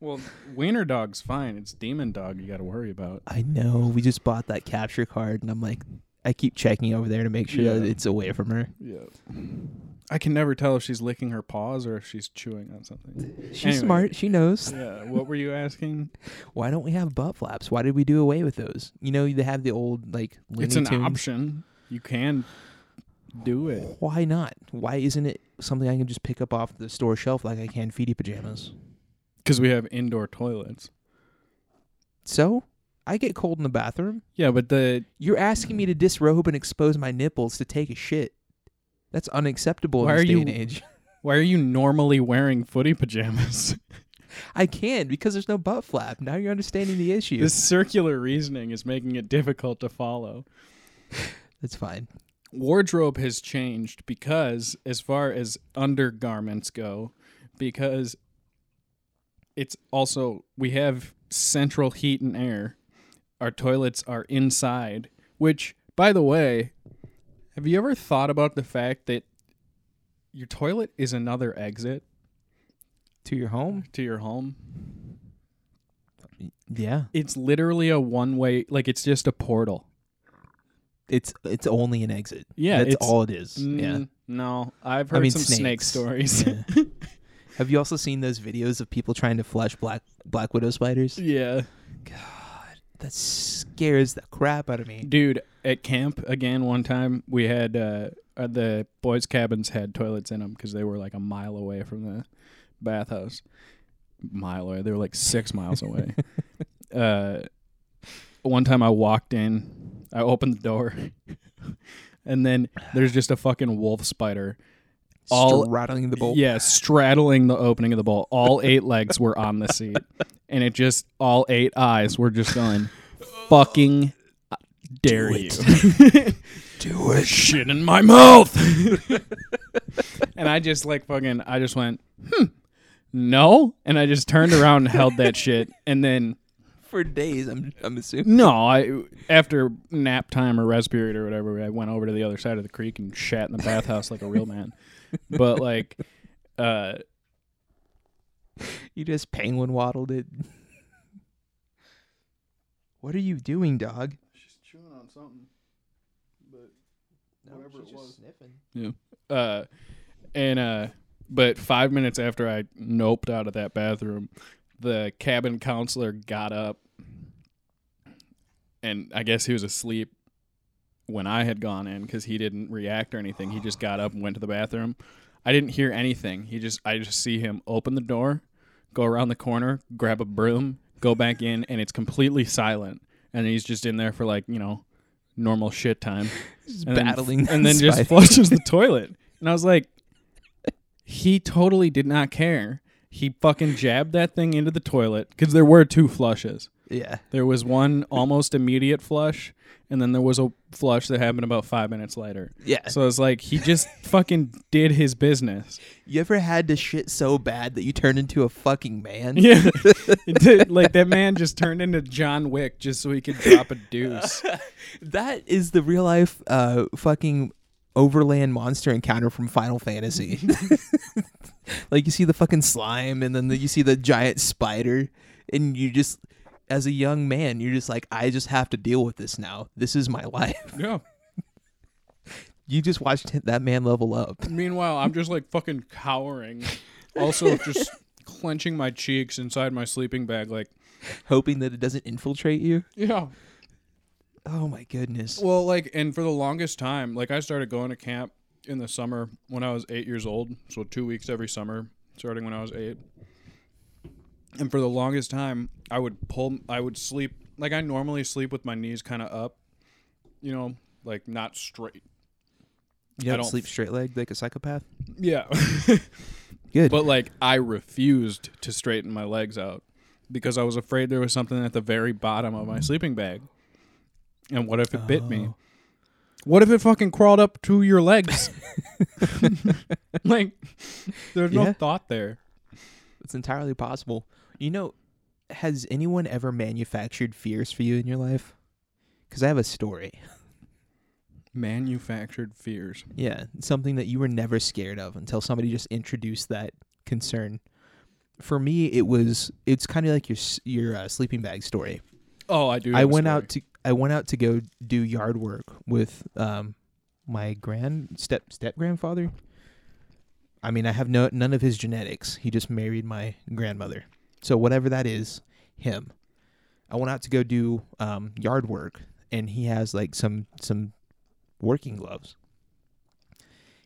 [SPEAKER 2] Well, wiener dog's fine. It's demon dog you got to worry about.
[SPEAKER 1] I know. We just bought that capture card, and I'm like, I keep checking over there to make sure that
[SPEAKER 2] Yeah.
[SPEAKER 1] it's away from her.
[SPEAKER 2] Yeah. I can never tell if she's licking her paws or if she's chewing on something.
[SPEAKER 1] She's
[SPEAKER 2] Anyway.
[SPEAKER 1] smart. She knows.
[SPEAKER 2] Yeah. What were you asking?
[SPEAKER 1] Why don't we have butt flaps? Why did we do away with those? You know, they have the old like Looney
[SPEAKER 2] it's an
[SPEAKER 1] Tunes.
[SPEAKER 2] option. You can do it.
[SPEAKER 1] Why not? Why isn't it something I can just pick up off the store shelf like I can feety pajamas?
[SPEAKER 2] Because we have indoor toilets.
[SPEAKER 1] So I get cold in the bathroom.
[SPEAKER 2] Yeah, but the
[SPEAKER 1] You're asking me to disrobe and expose my nipples to take a shit. That's unacceptable
[SPEAKER 2] Why
[SPEAKER 1] in this
[SPEAKER 2] are
[SPEAKER 1] day
[SPEAKER 2] you-
[SPEAKER 1] and age.
[SPEAKER 2] why are you normally wearing footy pajamas?
[SPEAKER 1] I can because there's no butt flap. Now you're understanding the issue.
[SPEAKER 2] this circular reasoning is making it difficult to follow.
[SPEAKER 1] That's fine.
[SPEAKER 2] Wardrobe has changed because as far as undergarments go, because it's also we have central heat and air. Our toilets are inside, which by the way, have you ever thought about the fact that your toilet is another exit
[SPEAKER 1] To your home?
[SPEAKER 2] to your home?
[SPEAKER 1] Yeah.
[SPEAKER 2] It's literally a one way, like it's just a portal.
[SPEAKER 1] It's it's only an exit.
[SPEAKER 2] Yeah,
[SPEAKER 1] That's
[SPEAKER 2] it's-
[SPEAKER 1] all it is.
[SPEAKER 2] Mm,
[SPEAKER 1] yeah.
[SPEAKER 2] No, I've
[SPEAKER 1] I
[SPEAKER 2] heard
[SPEAKER 1] mean,
[SPEAKER 2] some snake
[SPEAKER 1] snakes.
[SPEAKER 2] stories.
[SPEAKER 1] Yeah. Have you also seen those videos of people trying to flush black black widow spiders?
[SPEAKER 2] yeah.
[SPEAKER 1] That scares the crap out of me.
[SPEAKER 2] Dude, at camp again one time, we had uh, uh, the boys' cabins had toilets in them because they were like a mile away from the bathhouse. Mile away. They were like six miles away. uh, one time I walked in, I opened the door, and then there's just a fucking wolf spider. All-
[SPEAKER 1] rattling the bowl.
[SPEAKER 2] Yeah, straddling the opening of the bowl. All eight legs were on the seat, and it just all eight eyes were just going, "Fucking I dare you,
[SPEAKER 1] Do it.
[SPEAKER 2] shit in my mouth!" and I just like fucking, I just went, "Hmm, no," and I just turned around and held that shit, and then
[SPEAKER 1] For days, I'm I'm assuming.
[SPEAKER 2] no, I after nap time or rest period or whatever, I went over to the other side of the creek and shat in the bathhouse like a real man, but like. Uh,
[SPEAKER 1] You just penguin waddled it. what are you doing, dog?
[SPEAKER 2] She's chewing on something.
[SPEAKER 1] No,
[SPEAKER 2] Whatever she's it just was.
[SPEAKER 1] sniffing.
[SPEAKER 2] Uh, and uh, but five minutes after I noped out of that bathroom, the cabin counselor got up, and I guess he was asleep when I had gone in because he didn't react or anything. He just got up and went to the bathroom. I didn't hear anything. He just I just see him open the door, go around the corner, grab a broom, go back in, and it's completely silent. And he's just in there for like you know normal shit time
[SPEAKER 1] Just
[SPEAKER 2] and
[SPEAKER 1] battling.
[SPEAKER 2] then, and then just
[SPEAKER 1] spider.
[SPEAKER 2] flushes the toilet. And I was like, he totally did not care. He fucking jabbed that thing into the toilet because there were two flushes.
[SPEAKER 1] yeah.
[SPEAKER 2] There was one almost immediate flush, and then there was a flush that happened about five minutes later.
[SPEAKER 1] Yeah.
[SPEAKER 2] So it's like he just fucking did his business.
[SPEAKER 1] You ever had to shit so bad that you turned into a fucking man?
[SPEAKER 2] Yeah, It did- like that man just turned into John Wick just so he could drop a deuce.
[SPEAKER 1] That is the real life uh, fucking overland monster encounter from Final Fantasy. like you see the fucking slime and then the, you see the giant spider and you just as a young man you're just like I just have to deal with this now. This is my life.
[SPEAKER 2] Yeah.
[SPEAKER 1] You just watched that man level up.
[SPEAKER 2] Meanwhile, I'm just like fucking cowering, also just clenching my cheeks inside my sleeping bag, like
[SPEAKER 1] hoping that it doesn't infiltrate you.
[SPEAKER 2] Yeah.
[SPEAKER 1] Oh my goodness.
[SPEAKER 2] Well, like, and for the longest time, like, I started going to camp in the summer when I was eight years old. So, two weeks every summer, starting when I was eight. And for the longest time, I would pull, I would sleep, like, I normally sleep with my knees kind of up, you know, like, not straight.
[SPEAKER 1] You
[SPEAKER 2] I
[SPEAKER 1] don't,
[SPEAKER 2] don't-
[SPEAKER 1] sleep straight leg like a psychopath.
[SPEAKER 2] Yeah.
[SPEAKER 1] Good.
[SPEAKER 2] but, like, I refused to straighten my legs out because I was afraid there was something at the very bottom of my sleeping bag. And what if it bit me?
[SPEAKER 1] Oh.
[SPEAKER 2] What if it fucking crawled up to your legs? like, there's
[SPEAKER 1] Yeah.
[SPEAKER 2] no thought there.
[SPEAKER 1] It's entirely possible. You know, has anyone ever manufactured fears for you in your life? Because I have a story.
[SPEAKER 2] Manufactured fears.
[SPEAKER 1] Yeah, something that you were never scared of until somebody just introduced that concern. For me, it was it's kind of like your s- your uh, sleeping bag story.
[SPEAKER 2] Oh, I do.
[SPEAKER 1] I
[SPEAKER 2] have a
[SPEAKER 1] went
[SPEAKER 2] story.
[SPEAKER 1] out to I went out to go do yard work with um my grand step step grandfather. I mean, I have no none of his genetics. He just married my grandmother. So whatever that is, him. I went out to go do um, yard work, and he has like some some working gloves.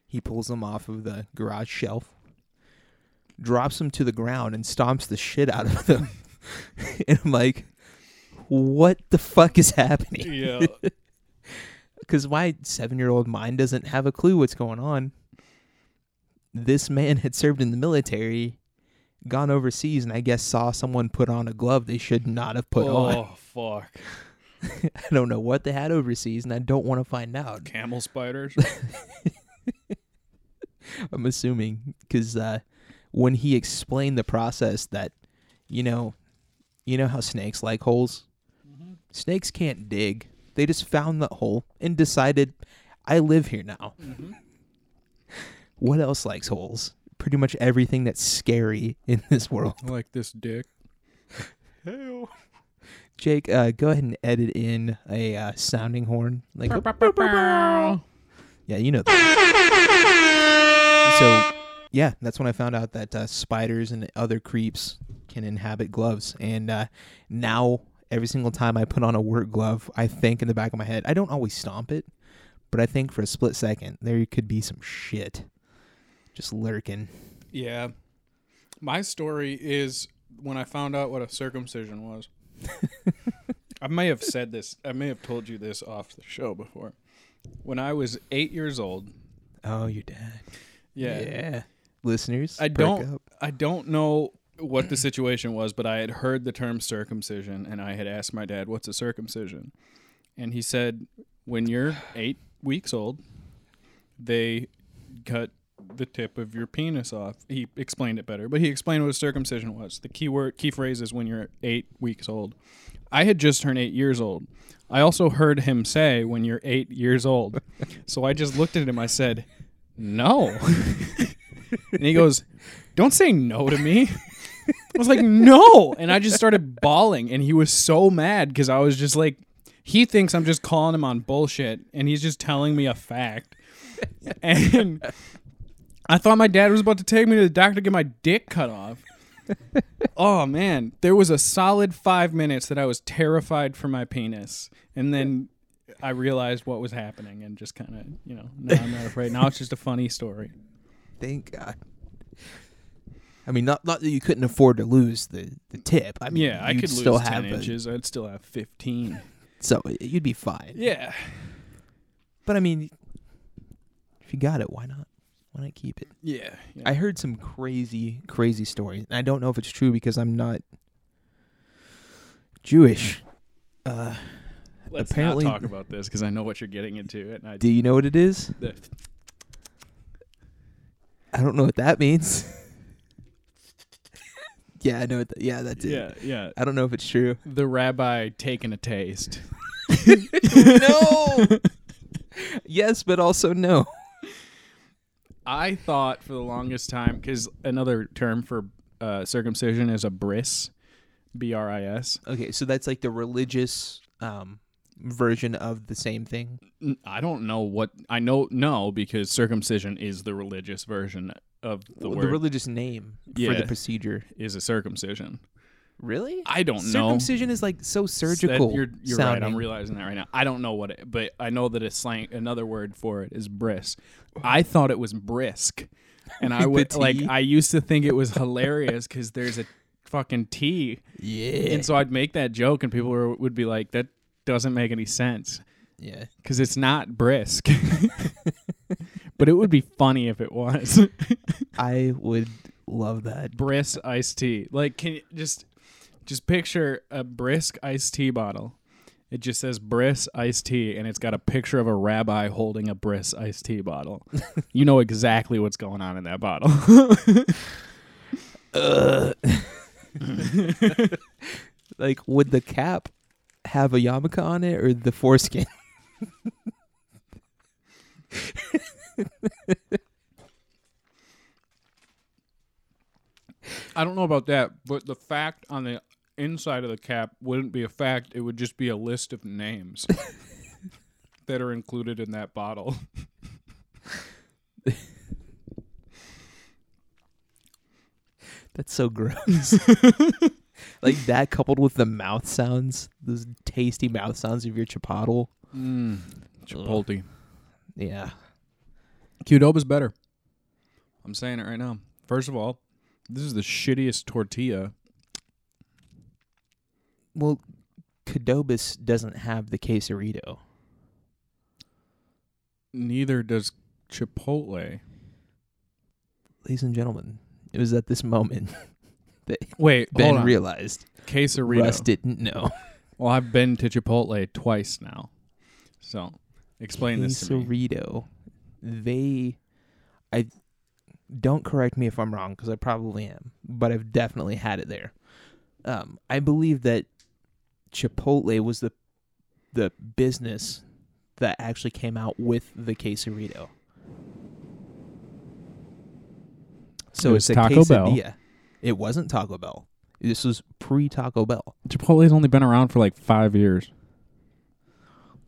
[SPEAKER 1] He pulls them off of the garage shelf, drops them to the ground, and stomps the shit out of them. and I'm like, "What the fuck is happening?"
[SPEAKER 2] Yeah.
[SPEAKER 1] because my seven year old mind doesn't have a clue what's going on. This man had served in the military, gone overseas, and I guess saw someone put on a glove they should not have put on.
[SPEAKER 2] oh fuck.
[SPEAKER 1] I don't know what they had overseas, and I don't want to find out.
[SPEAKER 2] Camel spiders.
[SPEAKER 1] I'm assuming because uh, when he explained the process that, you know, you know how snakes like holes. Snakes can't dig. They just found that hole and decided, I live here now. What else likes holes? Pretty much everything that's scary in this world.
[SPEAKER 2] like this dick.
[SPEAKER 1] Jake, uh, go ahead and edit in a uh, sounding horn. Like, yeah, you know. That. So, yeah, that's when I found out that uh, spiders and other creeps can inhabit gloves, and uh, now every single time I put on a work glove, I think in the back of my head, I don't always stomp it, but I think for a split second there could be some shit just lurking.
[SPEAKER 2] Yeah. My story is when I found out what a circumcision was. I may have said this. I may have told you this off the show before. When I was eight years old.
[SPEAKER 1] Oh, your dad.
[SPEAKER 2] Yeah.
[SPEAKER 1] Listeners,
[SPEAKER 2] I
[SPEAKER 1] perk
[SPEAKER 2] don't.
[SPEAKER 1] up.
[SPEAKER 2] I don't know what the situation was, but I had heard the term circumcision, and I had asked my dad, "What's a circumcision?" And he said, "When you're eight weeks old, they cut the tip of your penis off." He explained it better, but he explained what a circumcision was. The key word, key phrase is "when you're eight weeks old." I had just turned eight years old. I also heard him say, "When you're eight years old," so I just looked at him. I said, "No." And he goes, Don't say no to me. I was like, No. And I just started bawling. And he was so mad because I was just like, He thinks I'm just calling him on bullshit. And he's just telling me a fact. And I thought my dad was about to take me to the doctor to get my dick cut off. Oh man, there was a solid five minutes that I was terrified for my penis, and then I realized what was happening, and just kind of, you know, now I'm not afraid. Now it's just a funny story.
[SPEAKER 1] Thank God. I mean, not not that you couldn't afford to lose the, the tip. I mean,
[SPEAKER 2] Yeah, I
[SPEAKER 1] you'd
[SPEAKER 2] could
[SPEAKER 1] still
[SPEAKER 2] lose
[SPEAKER 1] have
[SPEAKER 2] ten
[SPEAKER 1] a-
[SPEAKER 2] inches. I'd still have fifteen.
[SPEAKER 1] so you'd be fine.
[SPEAKER 2] Yeah,
[SPEAKER 1] But I mean, if you got it, why not? Why not keep it?
[SPEAKER 2] yeah.
[SPEAKER 1] I heard some crazy, crazy stories. And I don't know if it's true because I'm not Jewish. Uh,
[SPEAKER 2] Let's
[SPEAKER 1] apparently-
[SPEAKER 2] not talk about this because I know what you're getting into, and I
[SPEAKER 1] do you know what it is?
[SPEAKER 2] the-
[SPEAKER 1] I don't know what that means. yeah, I know. What that yeah, that's it.
[SPEAKER 2] yeah, yeah.
[SPEAKER 1] I don't know if it's true.
[SPEAKER 2] The rabbi taking a taste.
[SPEAKER 1] no. yes, but also no.
[SPEAKER 2] I thought for the longest time because another term for uh, circumcision is a bris, b r i s.
[SPEAKER 1] Okay, so that's like the religious um, version of the same thing.
[SPEAKER 2] N- I don't know what I know. No, because circumcision is the religious version of the
[SPEAKER 1] Well,
[SPEAKER 2] word
[SPEAKER 1] religious name for
[SPEAKER 2] Yeah.
[SPEAKER 1] the procedure.
[SPEAKER 2] is a circumcision.
[SPEAKER 1] Really?
[SPEAKER 2] I don't know.
[SPEAKER 1] Circumcision is like so
[SPEAKER 2] That-
[SPEAKER 1] surgical.
[SPEAKER 2] You're, you're right.
[SPEAKER 1] sounding.
[SPEAKER 2] I'm realizing that right now. I don't know what it, but I know that it's slang. Another word for it is brisk. I thought it was brisk, and I
[SPEAKER 1] With
[SPEAKER 2] would
[SPEAKER 1] the
[SPEAKER 2] like.
[SPEAKER 1] T?
[SPEAKER 2] I used to think it was hilarious because there's a fucking T,
[SPEAKER 1] Yeah.
[SPEAKER 2] and so I'd make that joke, and people were, would be like, "That doesn't make any sense
[SPEAKER 1] yeah.
[SPEAKER 2] because it's not brisk." but it would be funny if it was
[SPEAKER 1] I would love that.
[SPEAKER 2] brisk iced tea. Like, can you just just picture a brisk iced tea bottle? It just says brisk iced tea, and it's got a picture of a rabbi holding a brisk iced tea bottle. you know exactly what's going on in that bottle.
[SPEAKER 1] Ugh. like, would the cap have a yarmulke on it or the foreskin?
[SPEAKER 2] I don't know about that, but the fact on the inside of the cap wouldn't be a fact. It would just be a list of names that are included in that bottle.
[SPEAKER 1] That's so gross. like that coupled with the mouth sounds, those tasty mouth sounds of your chipotle.
[SPEAKER 2] Mm, Chipotle.
[SPEAKER 1] Yeah.
[SPEAKER 2] Qdoba's better. I'm saying it right now. First of all, this is the shittiest tortilla.
[SPEAKER 1] Well, Cadobus doesn't have the quesarito.
[SPEAKER 2] Neither does Chipotle.
[SPEAKER 1] Ladies and gentlemen, it was at this moment
[SPEAKER 2] Wait,
[SPEAKER 1] Ben
[SPEAKER 2] hold on.
[SPEAKER 1] realized
[SPEAKER 2] Quesarito.
[SPEAKER 1] Russ didn't know.
[SPEAKER 2] Well, I've been to Chipotle twice now, so explain this to me.
[SPEAKER 1] quesarito. They, I don't correct me if I'm wrong because I probably am, but I've definitely had it there. Um, I believe that Chipotle was the the business that actually came out with the quesarito. So
[SPEAKER 2] It
[SPEAKER 1] it's
[SPEAKER 2] was
[SPEAKER 1] a
[SPEAKER 2] Taco Bell.
[SPEAKER 1] quesadilla. It wasn't Taco Bell. This was pre Taco Bell.
[SPEAKER 2] Chipotle's only been around for like five years.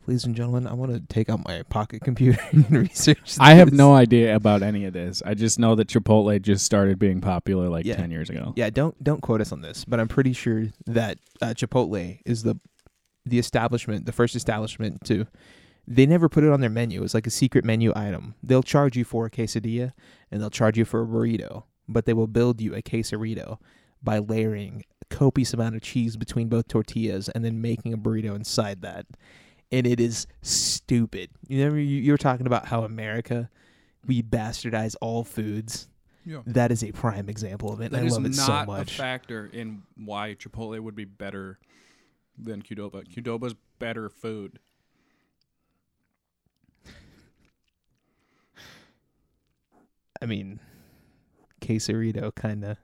[SPEAKER 1] Ladies and gentlemen, I want to take out my pocket computer and research.
[SPEAKER 2] I have
[SPEAKER 1] this.
[SPEAKER 2] no idea about any of this. I just know that Chipotle just started being popular like
[SPEAKER 1] Yeah.
[SPEAKER 2] ten years ago.
[SPEAKER 1] Yeah, don't don't quote us on this, but I'm pretty sure that uh, Chipotle is the the establishment, the first establishment to. They never put it on their menu. It's like a secret menu item. They'll charge you for a quesadilla and they'll charge you for a burrito, but they will build you a quesarito by layering a copious amount of cheese between both tortillas and then making a burrito inside that. And it is stupid. You remember you, you were talking about how America we bastardize all foods. That is a prime example of it.
[SPEAKER 2] That
[SPEAKER 1] and I
[SPEAKER 2] is
[SPEAKER 1] love it
[SPEAKER 2] not
[SPEAKER 1] so much.
[SPEAKER 2] a factor in why Chipotle would be better than Qdoba. Qdoba's better food.
[SPEAKER 1] I mean, quesarito kind of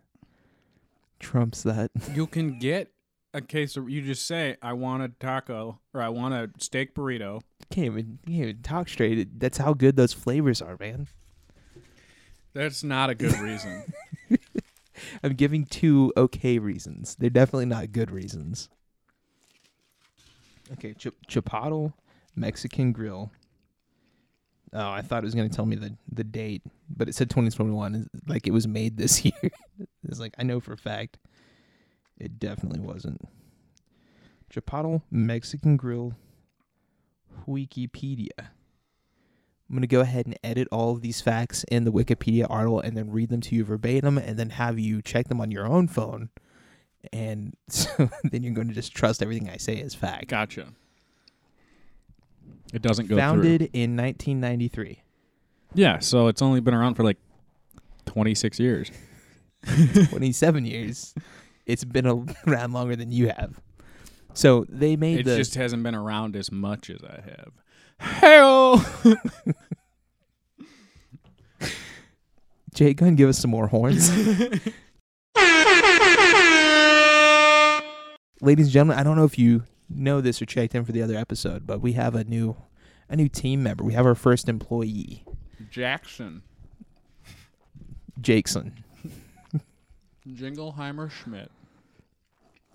[SPEAKER 1] trumps that.
[SPEAKER 2] You can get a case of you just say I want a taco or I want a steak burrito.
[SPEAKER 1] Can't even, can't even talk straight. It- That's how good those flavors are, man.
[SPEAKER 2] That's not a good reason.
[SPEAKER 1] I'm giving two okay reasons. They're definitely not good reasons. Okay, chip, chipotle Mexican grill. Oh, I thought it was going to tell me the, the date, but it said 2021. It's Like it was made this year. it's like I know for a fact it definitely wasn't. Chipotle Mexican grill Wikipedia. I'm going to go ahead and edit all of these facts in the Wikipedia article and then read them to you verbatim and then have you check them on your own phone. And so then you're going to just trust everything I say as fact.
[SPEAKER 2] gotcha. It doesn't go
[SPEAKER 1] Founded in 1993.
[SPEAKER 2] through. Yeah, so it's only been around for like twenty six years.
[SPEAKER 1] 27 years. It's been around longer than you have. So they made
[SPEAKER 2] It
[SPEAKER 1] the
[SPEAKER 2] just hasn't been around as much as I have. Hell,
[SPEAKER 1] Jay Gunn give us some more horns. Ladies and gentlemen, I don't know if you know this or checked in for the other episode, but we have a new a new team member. We have our first employee,
[SPEAKER 2] Jackson
[SPEAKER 1] Jakeson.
[SPEAKER 2] Jingleheimer Schmidt.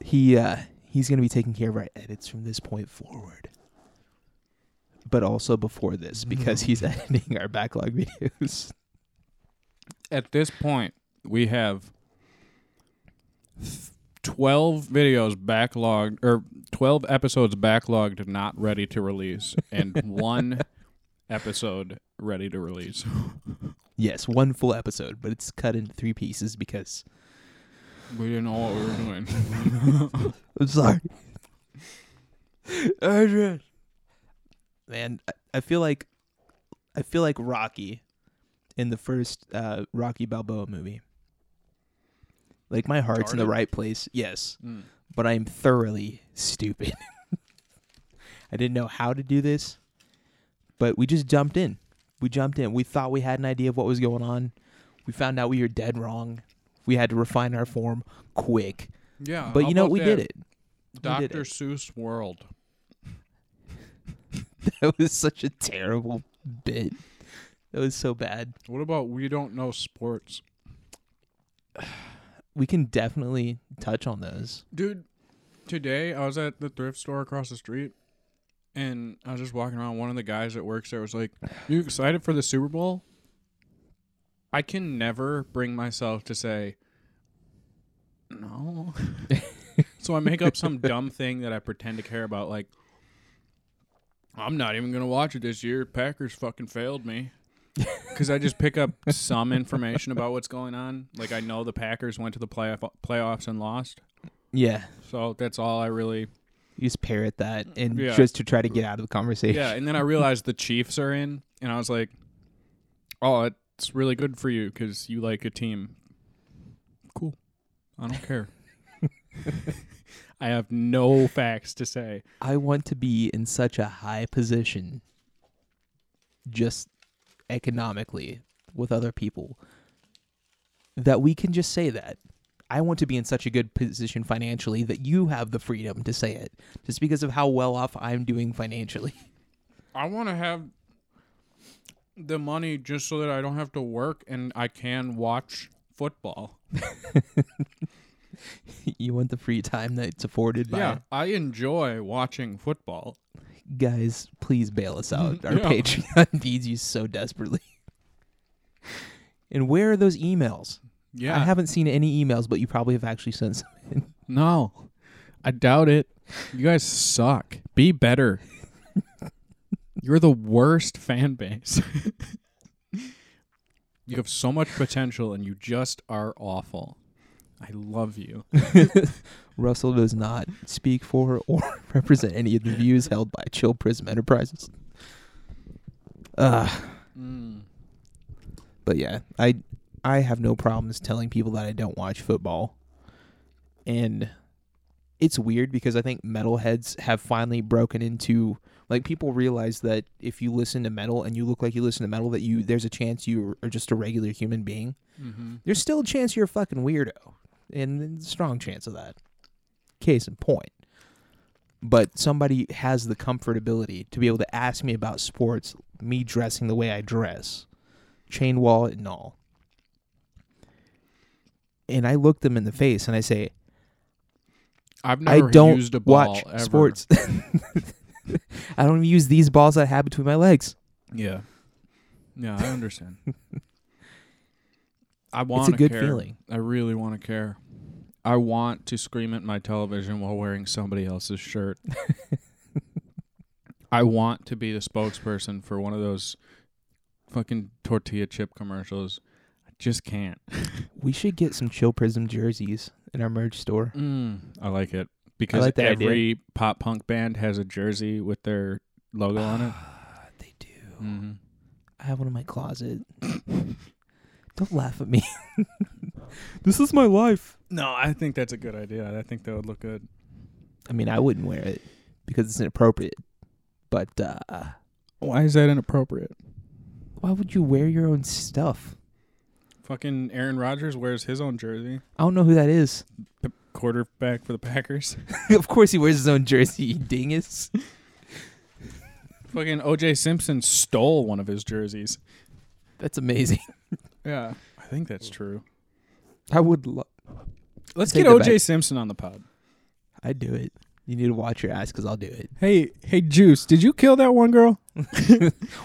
[SPEAKER 1] He uh he's going to be taking care of our edits from this point forward. But also before
[SPEAKER 2] Mm-hmm.
[SPEAKER 1] this because he's editing our backlog videos.
[SPEAKER 2] at this point, we have th- 12 videos backlogged or 12 episodes backlogged not ready to release and one episode ready to release.
[SPEAKER 1] Yes, one full episode, but it's cut into three pieces because
[SPEAKER 2] We didn't know what we were doing.
[SPEAKER 1] I'm sorry. Adrian. Oh, Man, I, I feel like I feel like Rocky in the first uh, Rocky Balboa movie. Like my heart's in the
[SPEAKER 2] Retarded.
[SPEAKER 1] right place, yes,
[SPEAKER 2] Mm.
[SPEAKER 1] but I'm thoroughly stupid. I didn't know how to do this, but we just jumped in. We jumped in. We thought we had an idea of what was going on. We found out we were dead wrong. We had to refine our form quick.
[SPEAKER 2] Yeah.
[SPEAKER 1] But
[SPEAKER 2] how
[SPEAKER 1] you know,
[SPEAKER 2] about
[SPEAKER 1] we
[SPEAKER 2] that
[SPEAKER 1] did it.
[SPEAKER 2] Dr.
[SPEAKER 1] We did it.
[SPEAKER 2] Seuss World.
[SPEAKER 1] That was such a terrible bit. That was so bad.
[SPEAKER 2] What about we don't know sports?
[SPEAKER 1] We can definitely touch on those.
[SPEAKER 2] Dude, today I was at the thrift store across the street and I was just walking around. One of the guys that works there was like, You excited for the Super Bowl? I can never bring myself to say, No. so I make up some dumb thing that I pretend to care about. Like, I'm not even going to watch it this year. Packers fucking failed me. Because I just pick up some information about what's going on. Like, I know the Packers went to the playoff, playoffs and lost.
[SPEAKER 1] Yeah.
[SPEAKER 2] So that's all I really.
[SPEAKER 1] You just parrot that and
[SPEAKER 2] Yeah.
[SPEAKER 1] just to try to get out of the conversation.
[SPEAKER 2] Yeah, and then I realized the Chiefs are in, and I was like, "Oh, it's really good for you because you like a team." Cool. I don't care. I have no facts to say.
[SPEAKER 1] I want to be in such a high position just economically with other people that we can just say that. I want to be in such a good position financially that you have the freedom to say it just because of how well off I'm doing financially.
[SPEAKER 2] I want to have the money just so that I don't have to work and I can watch football.
[SPEAKER 1] you want the free time that's afforded by
[SPEAKER 2] Yeah, I enjoy watching football.
[SPEAKER 1] guys, please bail us out. Our
[SPEAKER 2] Yeah.
[SPEAKER 1] Patreon needs you so desperately. And where are those emails?
[SPEAKER 2] Yeah.
[SPEAKER 1] I haven't seen any emails, but you probably have actually sent some in.
[SPEAKER 2] No, I doubt it. You guys suck. Be better. You're the worst fan base. you have so much potential and you just are awful. I love you.
[SPEAKER 1] Russell does not speak for or represent any of the views held by Chill Prism Enterprises. Uh, but yeah, I I have no problems telling people that I don't watch football. And it's weird because I think metalheads have finally broken into like people realize that if you listen to metal and you look like you listen to metal that you there's a chance you are just a regular human being.
[SPEAKER 2] Mm-hmm.
[SPEAKER 1] There's still a chance you're a fucking weirdo. And there's a strong chance of that. Case in point. But somebody has the comfortability to be able to ask me about sports, me dressing the way I dress, chain wallet and all. And I look them in the face and I say,
[SPEAKER 2] I've never
[SPEAKER 1] I don't
[SPEAKER 2] used a ball
[SPEAKER 1] watch
[SPEAKER 2] ever.
[SPEAKER 1] sports. I don't even use these balls I have between my legs.
[SPEAKER 2] Yeah. Yeah, I understand. I want
[SPEAKER 1] It's a good
[SPEAKER 2] care.
[SPEAKER 1] feeling.
[SPEAKER 2] I really want to care. I want to scream at my television while wearing somebody else's shirt. I want to be the spokesperson for one of those fucking tortilla chip commercials. I just can't.
[SPEAKER 1] We should get some Chill Prism jerseys in our merch store.
[SPEAKER 2] Mm, I like it because
[SPEAKER 1] like that idea.
[SPEAKER 2] every pop punk band has a jersey with their logo on it.
[SPEAKER 1] Ah, they do.
[SPEAKER 2] Mhm.
[SPEAKER 1] I have one in my closet. Don't laugh at me. this is my life.
[SPEAKER 2] No, I think that's a good idea. I think that would look good.
[SPEAKER 1] I mean, I wouldn't wear it because it's inappropriate. But uh,
[SPEAKER 2] Why is that inappropriate?
[SPEAKER 1] why would you wear your own stuff?
[SPEAKER 2] Fucking Aaron Rodgers wears his own jersey.
[SPEAKER 1] I don't know who that is.
[SPEAKER 2] Quarterback for the Packers.
[SPEAKER 1] of course, he wears his own jersey, you dingus.
[SPEAKER 2] Fucking OJ Simpson stole one of his jerseys.
[SPEAKER 1] That's amazing.
[SPEAKER 2] Yeah. I think that's true.
[SPEAKER 1] I would. Lo-
[SPEAKER 2] Let's
[SPEAKER 1] Take
[SPEAKER 2] get
[SPEAKER 1] that
[SPEAKER 2] OJ
[SPEAKER 1] back.
[SPEAKER 2] Simpson on the pod.
[SPEAKER 1] I'd do it. You need to watch your ass because I'll do it.
[SPEAKER 2] Hey, hey Juice, did you kill that one girl?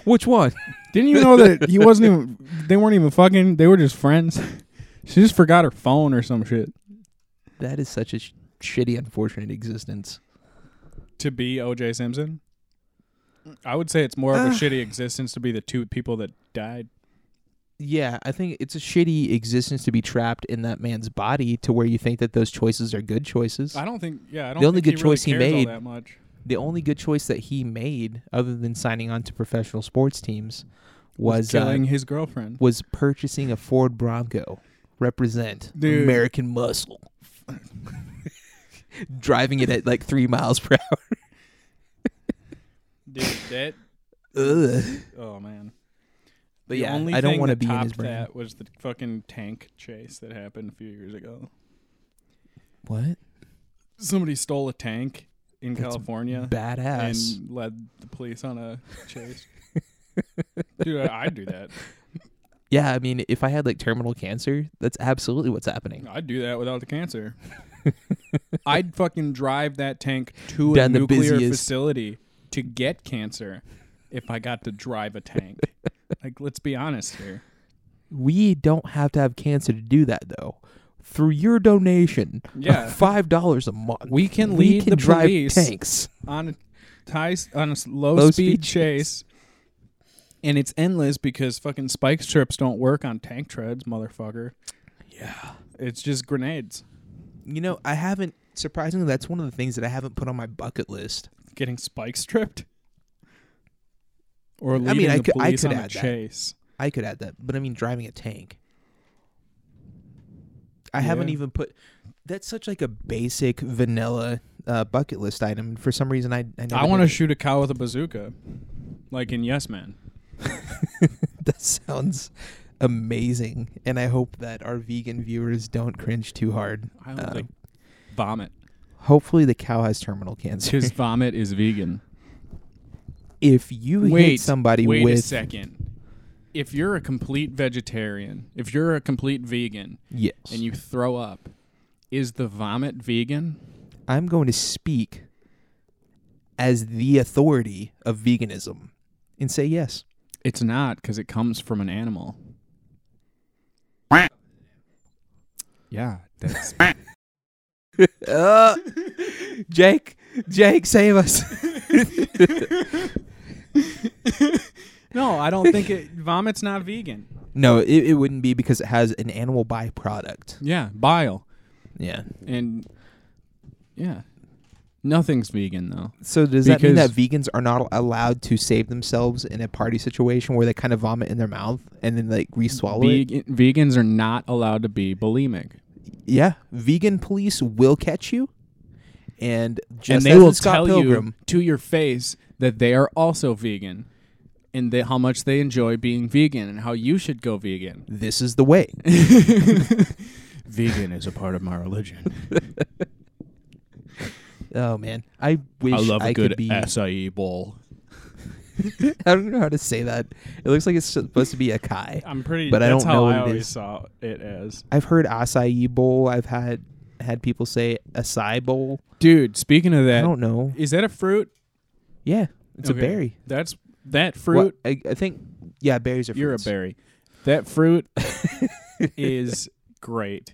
[SPEAKER 1] Which one?
[SPEAKER 2] Didn't you know that he wasn't even they weren't even fucking, they were just friends. She just forgot her phone or some shit.
[SPEAKER 1] That is such a sh- shitty, unfortunate existence.
[SPEAKER 2] to be OJ Simpson? I would say it's more of a
[SPEAKER 1] Ah.
[SPEAKER 2] shitty existence to be the two people that died.
[SPEAKER 1] Yeah, I think it's a shitty existence to be trapped in that man's body to where you think that those choices are good choices.
[SPEAKER 2] I don't think. Yeah, I don't.
[SPEAKER 1] The only
[SPEAKER 2] think
[SPEAKER 1] good
[SPEAKER 2] he really
[SPEAKER 1] choice he
[SPEAKER 2] cares all
[SPEAKER 1] made-
[SPEAKER 2] that much.
[SPEAKER 1] the only good choice that he made, other than signing on to professional sports teams, was uh,
[SPEAKER 2] killing his girlfriend.
[SPEAKER 1] was purchasing a Ford Bronco. Represent
[SPEAKER 2] Dude.
[SPEAKER 1] American muscle. Driving it at like three miles per hour.
[SPEAKER 2] Dude, that.
[SPEAKER 1] Ugh.
[SPEAKER 2] Oh man.
[SPEAKER 1] But
[SPEAKER 2] the
[SPEAKER 1] yeah,
[SPEAKER 2] only
[SPEAKER 1] I don't
[SPEAKER 2] thing
[SPEAKER 1] want to
[SPEAKER 2] that
[SPEAKER 1] be in his
[SPEAKER 2] topped
[SPEAKER 1] brain.
[SPEAKER 2] that was the fucking tank chase that happened a few years ago.
[SPEAKER 1] What?
[SPEAKER 2] Somebody stole a tank in
[SPEAKER 1] That's
[SPEAKER 2] California
[SPEAKER 1] Badass.
[SPEAKER 2] and led the police on a chase. Dude, I, I'd do that.
[SPEAKER 1] Yeah, I mean, if I had like terminal cancer, that's absolutely what's happening.
[SPEAKER 2] I'd do that without the cancer. I'd fucking drive that tank to
[SPEAKER 1] Down
[SPEAKER 2] a
[SPEAKER 1] the
[SPEAKER 2] nuclear
[SPEAKER 1] busiest-
[SPEAKER 2] facility to get cancer if I got to drive a tank. like, let's be honest here.
[SPEAKER 1] We don't have to have cancer to do that though. Through your donation, of
[SPEAKER 2] Yeah.
[SPEAKER 1] five dollars a month,
[SPEAKER 2] We can lead
[SPEAKER 1] can
[SPEAKER 2] the
[SPEAKER 1] drive
[SPEAKER 2] police
[SPEAKER 1] tanks.
[SPEAKER 2] on a, high, s- on a s- low,
[SPEAKER 1] Low
[SPEAKER 2] speed
[SPEAKER 1] speed
[SPEAKER 2] chase. And it's endless because fucking spike strips don't work on tank treads, motherfucker.
[SPEAKER 1] Yeah.
[SPEAKER 2] It's just grenades.
[SPEAKER 1] You know, I haven't. Surprisingly, that's one of the things that I haven't put on my bucket list.
[SPEAKER 2] Getting spike stripped? Or leading
[SPEAKER 1] mean, I
[SPEAKER 2] the
[SPEAKER 1] could- I
[SPEAKER 2] police
[SPEAKER 1] could
[SPEAKER 2] on a
[SPEAKER 1] add that.
[SPEAKER 2] chase.
[SPEAKER 1] I could add that, but I mean, driving a tank. I haven't
[SPEAKER 2] Yeah.
[SPEAKER 1] even put. That's such like a basic vanilla uh, bucket list item. For some reason, I I, never
[SPEAKER 2] I want to
[SPEAKER 1] did it.
[SPEAKER 2] shoot a cow with a bazooka, like in Yes Man.
[SPEAKER 1] that sounds amazing, and I hope that our vegan viewers don't cringe too hard.
[SPEAKER 2] I would
[SPEAKER 1] Um,
[SPEAKER 2] like vomit.
[SPEAKER 1] Hopefully, the cow has terminal cancer.
[SPEAKER 2] His vomit is vegan.
[SPEAKER 1] If you hit somebody
[SPEAKER 2] wait
[SPEAKER 1] with
[SPEAKER 2] a second. If you're a complete vegetarian, if you're a complete vegan,
[SPEAKER 1] yes,
[SPEAKER 2] and you throw up, is the vomit vegan?
[SPEAKER 1] I'm going to speak as the authority of veganism and say yes.
[SPEAKER 2] It's not because it comes from an animal. Yeah, that's
[SPEAKER 1] Uh, Jake, Jake, save us.
[SPEAKER 2] no. I don't think it. Vomit's not vegan.
[SPEAKER 1] no, it, it wouldn't be because it has an animal byproduct.
[SPEAKER 2] Yeah, bile.
[SPEAKER 1] Yeah.
[SPEAKER 2] and yeah, nothing's vegan though.
[SPEAKER 1] So does that mean
[SPEAKER 2] Because-
[SPEAKER 1] that vegans are not allowed to save themselves in a party situation where they kind of vomit in their mouth and then like re-swallow it?
[SPEAKER 2] Vegan, vegans are not allowed to be bulimic,
[SPEAKER 1] Yeah, vegan police will catch you, and just
[SPEAKER 2] and they
[SPEAKER 1] as
[SPEAKER 2] will
[SPEAKER 1] in Scott
[SPEAKER 2] tell
[SPEAKER 1] Pilgrim,
[SPEAKER 2] you to your face that they are also vegan, and that how much they enjoy being vegan and how you should go vegan.
[SPEAKER 1] this is the way.
[SPEAKER 2] Vegan is a part of my religion.
[SPEAKER 1] Oh man, I wish
[SPEAKER 2] I
[SPEAKER 1] I,
[SPEAKER 2] love a good
[SPEAKER 1] could be.
[SPEAKER 2] acai bowl.
[SPEAKER 1] I don't know how to say that. It looks like it's supposed to be a kai.
[SPEAKER 2] I'm pretty.
[SPEAKER 1] But I
[SPEAKER 2] that's
[SPEAKER 1] don't
[SPEAKER 2] how
[SPEAKER 1] know
[SPEAKER 2] I
[SPEAKER 1] what it
[SPEAKER 2] always
[SPEAKER 1] is.
[SPEAKER 2] saw it as.
[SPEAKER 1] I've heard acai bowl. I've had had people say acai bowl.
[SPEAKER 2] Dude, speaking of
[SPEAKER 1] I
[SPEAKER 2] that,
[SPEAKER 1] don't know.
[SPEAKER 2] is that a fruit?
[SPEAKER 1] Yeah, it's
[SPEAKER 2] Okay,
[SPEAKER 1] a berry.
[SPEAKER 2] That's that fruit.
[SPEAKER 1] What- I, I think. Yeah, berries are.
[SPEAKER 2] You're a
[SPEAKER 1] fruits.
[SPEAKER 2] berry. That fruit is great.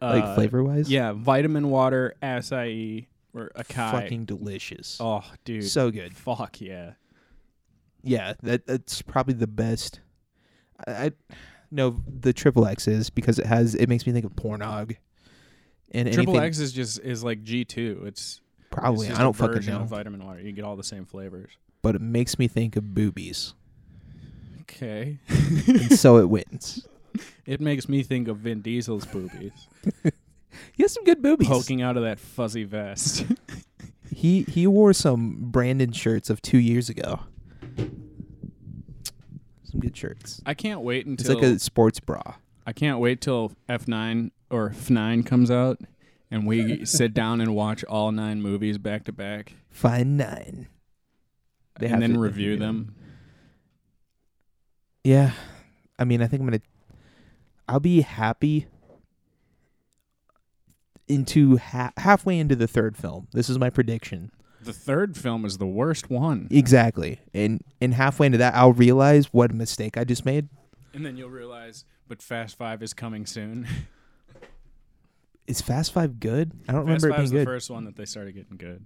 [SPEAKER 1] Like
[SPEAKER 2] Uh,
[SPEAKER 1] flavor wise.
[SPEAKER 2] Yeah, vitamin water, acai, or acai.
[SPEAKER 1] Fucking delicious.
[SPEAKER 2] oh, dude.
[SPEAKER 1] so good.
[SPEAKER 2] Fuck yeah.
[SPEAKER 1] Yeah, that that's probably the best. I, I no the triple X is because it has it makes me think of pornog. And
[SPEAKER 2] Triple
[SPEAKER 1] anything-
[SPEAKER 2] X is just is like G two. It's it's
[SPEAKER 1] probably
[SPEAKER 2] just
[SPEAKER 1] I
[SPEAKER 2] a
[SPEAKER 1] don't fucking
[SPEAKER 2] version
[SPEAKER 1] know,
[SPEAKER 2] Of vitamin water. You get all the same flavors.
[SPEAKER 1] but it makes me think of boobies,
[SPEAKER 2] Okay.
[SPEAKER 1] and so it wins.
[SPEAKER 2] It makes me think of Vin Diesel's boobies
[SPEAKER 1] He has some good boobies.
[SPEAKER 2] poking out of that fuzzy vest.
[SPEAKER 1] He he wore some Brandon shirts of two years ago. Some good shirts.
[SPEAKER 2] I can't wait
[SPEAKER 1] It's
[SPEAKER 2] until
[SPEAKER 1] like a sports bra.
[SPEAKER 2] I can't wait till F nine or F nine comes out, and we sit down and watch all nine movies back to back,
[SPEAKER 1] Fine nine. They have
[SPEAKER 2] and then
[SPEAKER 1] to-
[SPEAKER 2] review them.
[SPEAKER 1] Yeah, I mean, I think I'm gonna. I'll be happy. Into ha- halfway into the third film, this is my prediction
[SPEAKER 2] The third film is the worst one,
[SPEAKER 1] exactly, and and halfway into that, I'll realize what a mistake I just made.
[SPEAKER 2] and then you'll realize. But Fast Five is coming soon.
[SPEAKER 1] is Fast Five good? I don't
[SPEAKER 2] Fast
[SPEAKER 1] remember it being
[SPEAKER 2] Five's the
[SPEAKER 1] good.
[SPEAKER 2] first one that they started getting good.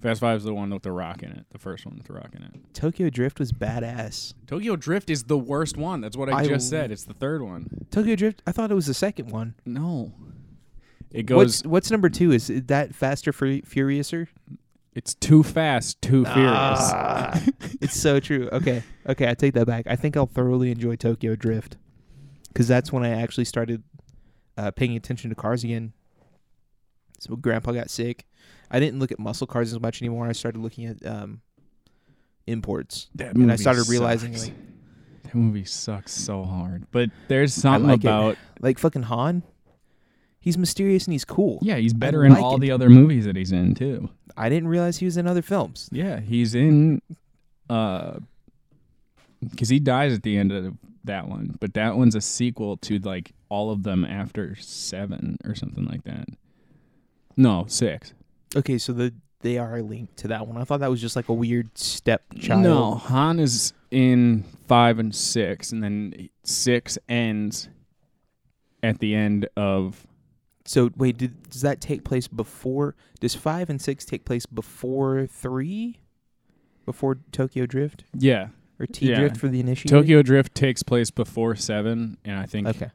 [SPEAKER 2] Fast Five's the one with the rock in it. The first one with the rock in it.
[SPEAKER 1] Tokyo Drift was badass.
[SPEAKER 2] Tokyo Drift is the worst one. That's what I,
[SPEAKER 1] I-
[SPEAKER 2] just said. It's the third one.
[SPEAKER 1] Tokyo Drift. I thought it was the second one.
[SPEAKER 2] No. It goes.
[SPEAKER 1] What's what's number two? Is it that Faster Fur- Furiouser?
[SPEAKER 2] it's too fast, too
[SPEAKER 1] Ah.
[SPEAKER 2] furious.
[SPEAKER 1] It's so true. Okay, okay, I take that back. I think I'll thoroughly enjoy Tokyo Drift because that's when I actually started uh, paying attention to cars again. So Grandpa got sick. I didn't look at muscle cars as much anymore. I started looking at um, imports.
[SPEAKER 2] That
[SPEAKER 1] And I
[SPEAKER 2] movie
[SPEAKER 1] started realizing,
[SPEAKER 2] sucks. that movie sucks so hard. But there's something
[SPEAKER 1] like it.
[SPEAKER 2] about
[SPEAKER 1] Like fucking Han, he's mysterious and he's cool.
[SPEAKER 2] yeah, he's better
[SPEAKER 1] I
[SPEAKER 2] in
[SPEAKER 1] like
[SPEAKER 2] all
[SPEAKER 1] it.
[SPEAKER 2] the other movies that he's in too.
[SPEAKER 1] I didn't realize he was in other films.
[SPEAKER 2] Yeah, he's in uh cuz he dies at the end of that one, but that one's a sequel to like all of them after 7 or something like that. No, 6.
[SPEAKER 1] Okay, so the they are linked to that one. I thought that was just like a weird stepchild.
[SPEAKER 2] No, Han is in 5 and 6 and then 6 ends at the end of
[SPEAKER 1] So wait, did, does that take place before? Does five and six take place before three? Before Tokyo Drift
[SPEAKER 2] yeah,
[SPEAKER 1] or T
[SPEAKER 2] Yeah.
[SPEAKER 1] Drift for the initiated?
[SPEAKER 2] Tokyo Drift takes place before 7 and I think
[SPEAKER 1] Okay.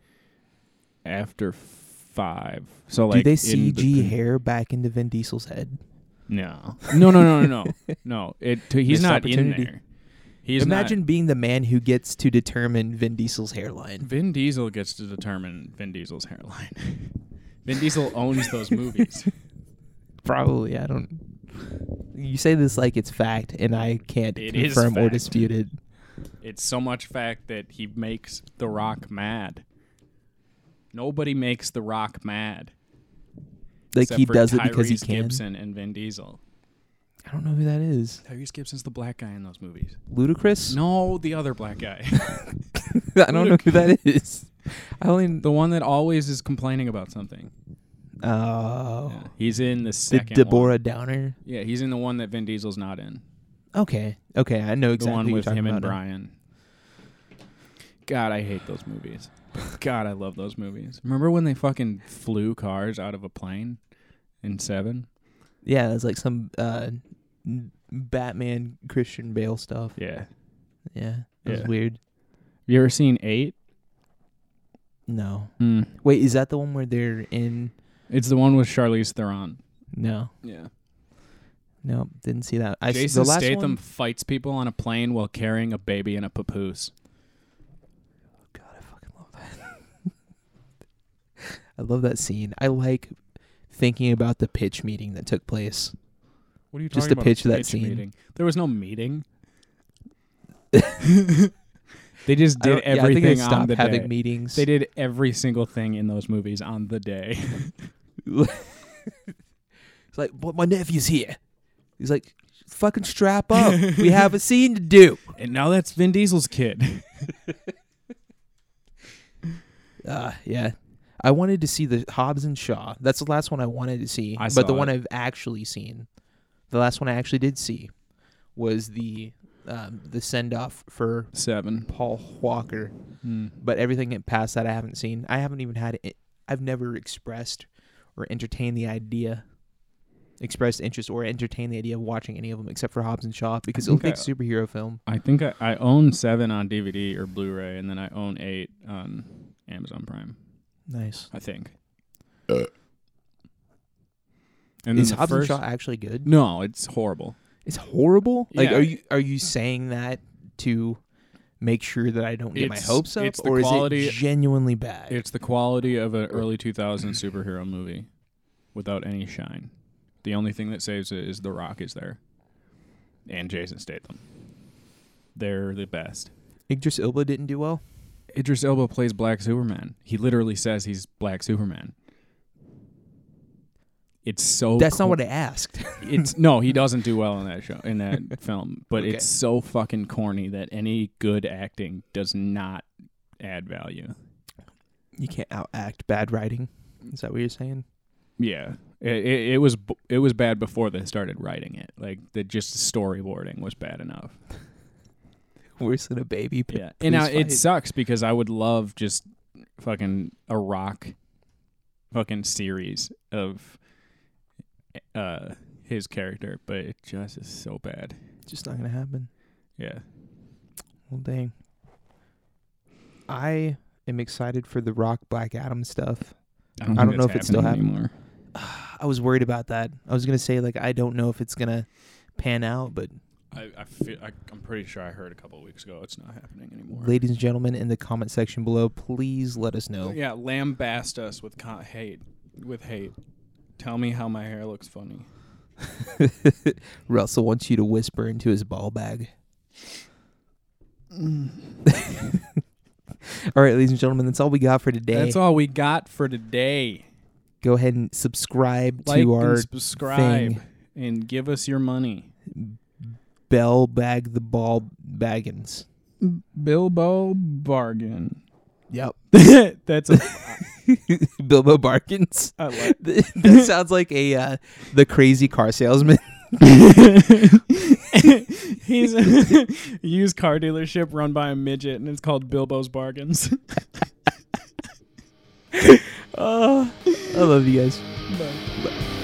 [SPEAKER 2] after 5. So like
[SPEAKER 1] Do they
[SPEAKER 2] in
[SPEAKER 1] CG
[SPEAKER 2] between-
[SPEAKER 1] hair back into Vin Diesel's head?
[SPEAKER 2] No. No, no, no, no, no. no. It, t- he's
[SPEAKER 1] Missed
[SPEAKER 2] not in
[SPEAKER 1] opportunity.
[SPEAKER 2] there. He's
[SPEAKER 1] Imagine
[SPEAKER 2] Imagine
[SPEAKER 1] being the man who gets to determine Vin Diesel's hairline.
[SPEAKER 2] Vin Diesel gets to determine Vin Diesel's hairline. Vin Diesel owns those movies.
[SPEAKER 1] Probably, I don't. You say this like it's fact, and I can't
[SPEAKER 2] It is
[SPEAKER 1] confirm or
[SPEAKER 2] fact.
[SPEAKER 1] dispute it.
[SPEAKER 2] It's so much fact that he makes The Rock mad. Nobody makes The Rock mad.
[SPEAKER 1] Like
[SPEAKER 2] except
[SPEAKER 1] he
[SPEAKER 2] for
[SPEAKER 1] does it because he
[SPEAKER 2] Tyrese
[SPEAKER 1] can.
[SPEAKER 2] Gibson and Vin Diesel.
[SPEAKER 1] I don't know who that is.
[SPEAKER 2] Tyrese Gibson's the black guy in those movies.
[SPEAKER 1] Ludacris?
[SPEAKER 2] No, the other black guy.
[SPEAKER 1] I don't know who that is. I only.
[SPEAKER 2] the one that always is complaining about something.
[SPEAKER 1] Oh.
[SPEAKER 2] Yeah, he's in the
[SPEAKER 1] The
[SPEAKER 2] second one.
[SPEAKER 1] Deborah Downer.
[SPEAKER 2] Yeah, he's in the one that Vin Diesel's not in.
[SPEAKER 1] Okay. Okay, I know
[SPEAKER 2] The
[SPEAKER 1] exactly
[SPEAKER 2] one
[SPEAKER 1] who
[SPEAKER 2] with
[SPEAKER 1] you're talking
[SPEAKER 2] him and
[SPEAKER 1] about now.
[SPEAKER 2] Brian. God, I hate those movies. But God, I love those movies. Remember when they fucking flew cars out of a plane in Seven?
[SPEAKER 1] Yeah, that's like some uh, n- Batman Christian Bale stuff.
[SPEAKER 2] Yeah.
[SPEAKER 1] Yeah, it was
[SPEAKER 2] Yeah.
[SPEAKER 1] weird.
[SPEAKER 2] You ever seen Eight?
[SPEAKER 1] No, wait, is that the one where they're in?
[SPEAKER 2] It's the one with Charlize Theron.
[SPEAKER 1] No,
[SPEAKER 2] Yeah.
[SPEAKER 1] no, didn't see that. I s-
[SPEAKER 2] Jason
[SPEAKER 1] the last
[SPEAKER 2] Statham
[SPEAKER 1] one.
[SPEAKER 2] fights people on a plane while carrying a baby in a papoose.
[SPEAKER 1] God, I fucking love that. I love that scene. I like thinking about the pitch meeting that took place.
[SPEAKER 2] What are you
[SPEAKER 1] Just talking to about, a pitch that pitch scene.
[SPEAKER 2] Meeting?
[SPEAKER 1] meeting?
[SPEAKER 2] There was no meeting. they just
[SPEAKER 1] I
[SPEAKER 2] did
[SPEAKER 1] don't- yeah, I think
[SPEAKER 2] everything
[SPEAKER 1] they
[SPEAKER 2] on
[SPEAKER 1] stopped
[SPEAKER 2] the
[SPEAKER 1] having
[SPEAKER 2] day.
[SPEAKER 1] meetings.
[SPEAKER 2] They did every single thing in those movies on the day.
[SPEAKER 1] It's like, but my nephew's here. He's like, fucking strap up. we have a scene to do.
[SPEAKER 2] and now that's Vin Diesel's kid.
[SPEAKER 1] Uh, yeah. I wanted to see the Hobbs and Shaw. That's the last one I wanted to see.
[SPEAKER 2] I
[SPEAKER 1] but
[SPEAKER 2] saw
[SPEAKER 1] the one
[SPEAKER 2] it.
[SPEAKER 1] I've actually seen, the last one I actually did see, was the um, the send off for
[SPEAKER 2] Seven.
[SPEAKER 1] Paul Walker.
[SPEAKER 2] Hmm.
[SPEAKER 1] But everything that past that I haven't seen. I haven't even had it. I've never expressed or entertained the idea, expressed interest or entertained the idea of watching any of them except for Hobbs and Shaw because it looked
[SPEAKER 2] Okay.
[SPEAKER 1] like a superhero film.
[SPEAKER 2] I think I, I own seven on DVD or Blu-ray, and then I own eight on Amazon Prime.
[SPEAKER 1] Nice.
[SPEAKER 2] I think. Uh, and
[SPEAKER 1] Is
[SPEAKER 2] then the
[SPEAKER 1] Hobbs
[SPEAKER 2] first,
[SPEAKER 1] and Shaw actually good?
[SPEAKER 2] No, it's horrible.
[SPEAKER 1] It's horrible. Like,
[SPEAKER 2] Yeah.
[SPEAKER 1] are you are you saying that to make sure that I don't get my
[SPEAKER 2] It's-
[SPEAKER 1] hopes up,
[SPEAKER 2] it's the
[SPEAKER 1] or is
[SPEAKER 2] quality-
[SPEAKER 1] it genuinely bad?
[SPEAKER 2] It's the quality of an early 2000 superhero movie, without any shine. The only thing that saves it is The Rock is there, and Jason Statham. They're the best.
[SPEAKER 1] Idris Elba didn't do well.
[SPEAKER 2] Idris Elba plays Black Superman. He literally says he's Black Superman. It's so.
[SPEAKER 1] That's
[SPEAKER 2] co-
[SPEAKER 1] not what I asked.
[SPEAKER 2] it's no. He doesn't do well in that show in that film, but
[SPEAKER 1] Okay.
[SPEAKER 2] it's so fucking corny that any good acting does not add value.
[SPEAKER 1] you can't outact bad writing. Is that what you're saying?
[SPEAKER 2] Yeah, it, it, it was b- it was bad before they started writing it. Like the just storyboarding was bad enough.
[SPEAKER 1] Worse than a baby. p-
[SPEAKER 2] and now
[SPEAKER 1] police
[SPEAKER 2] it
[SPEAKER 1] fight.
[SPEAKER 2] sucks because I would love just fucking a rock fucking series of uh his character, but it just is so bad.
[SPEAKER 1] Just not gonna happen.
[SPEAKER 2] Yeah.
[SPEAKER 1] Well, dang. I am excited for the Rock Black Adam stuff. I
[SPEAKER 2] think
[SPEAKER 1] don't know
[SPEAKER 2] that's
[SPEAKER 1] if it's still
[SPEAKER 2] happening
[SPEAKER 1] happening.
[SPEAKER 2] anymore.
[SPEAKER 1] I was worried about that. I was gonna say like I don't know if it's gonna pan out, but
[SPEAKER 2] I I, feel, I I'm pretty sure I heard a couple weeks ago it's not happening anymore.
[SPEAKER 1] ladies and gentlemen, in the comment section below, please let us know.
[SPEAKER 2] Yeah, lambast us with con- hate with hate. Tell me how my hair looks funny.
[SPEAKER 1] Russell wants you to whisper into his ball bag. all right, ladies and gentlemen, that's all we got for today.
[SPEAKER 2] Mm. That's all we got for today.
[SPEAKER 1] Go ahead and subscribe
[SPEAKER 2] Like
[SPEAKER 1] to our
[SPEAKER 2] and subscribe
[SPEAKER 1] thing.
[SPEAKER 2] and give us your money.
[SPEAKER 1] bell bag the ball baggins.
[SPEAKER 2] Bilbo bargain.
[SPEAKER 1] Yep.
[SPEAKER 2] That's a
[SPEAKER 1] Bilbo bargains.
[SPEAKER 2] I like
[SPEAKER 1] that sounds like a uh, the crazy car salesman.
[SPEAKER 2] He's a used car dealership run by a midget, and it's called Bilbo's Bargains.
[SPEAKER 1] I love you guys.
[SPEAKER 2] But-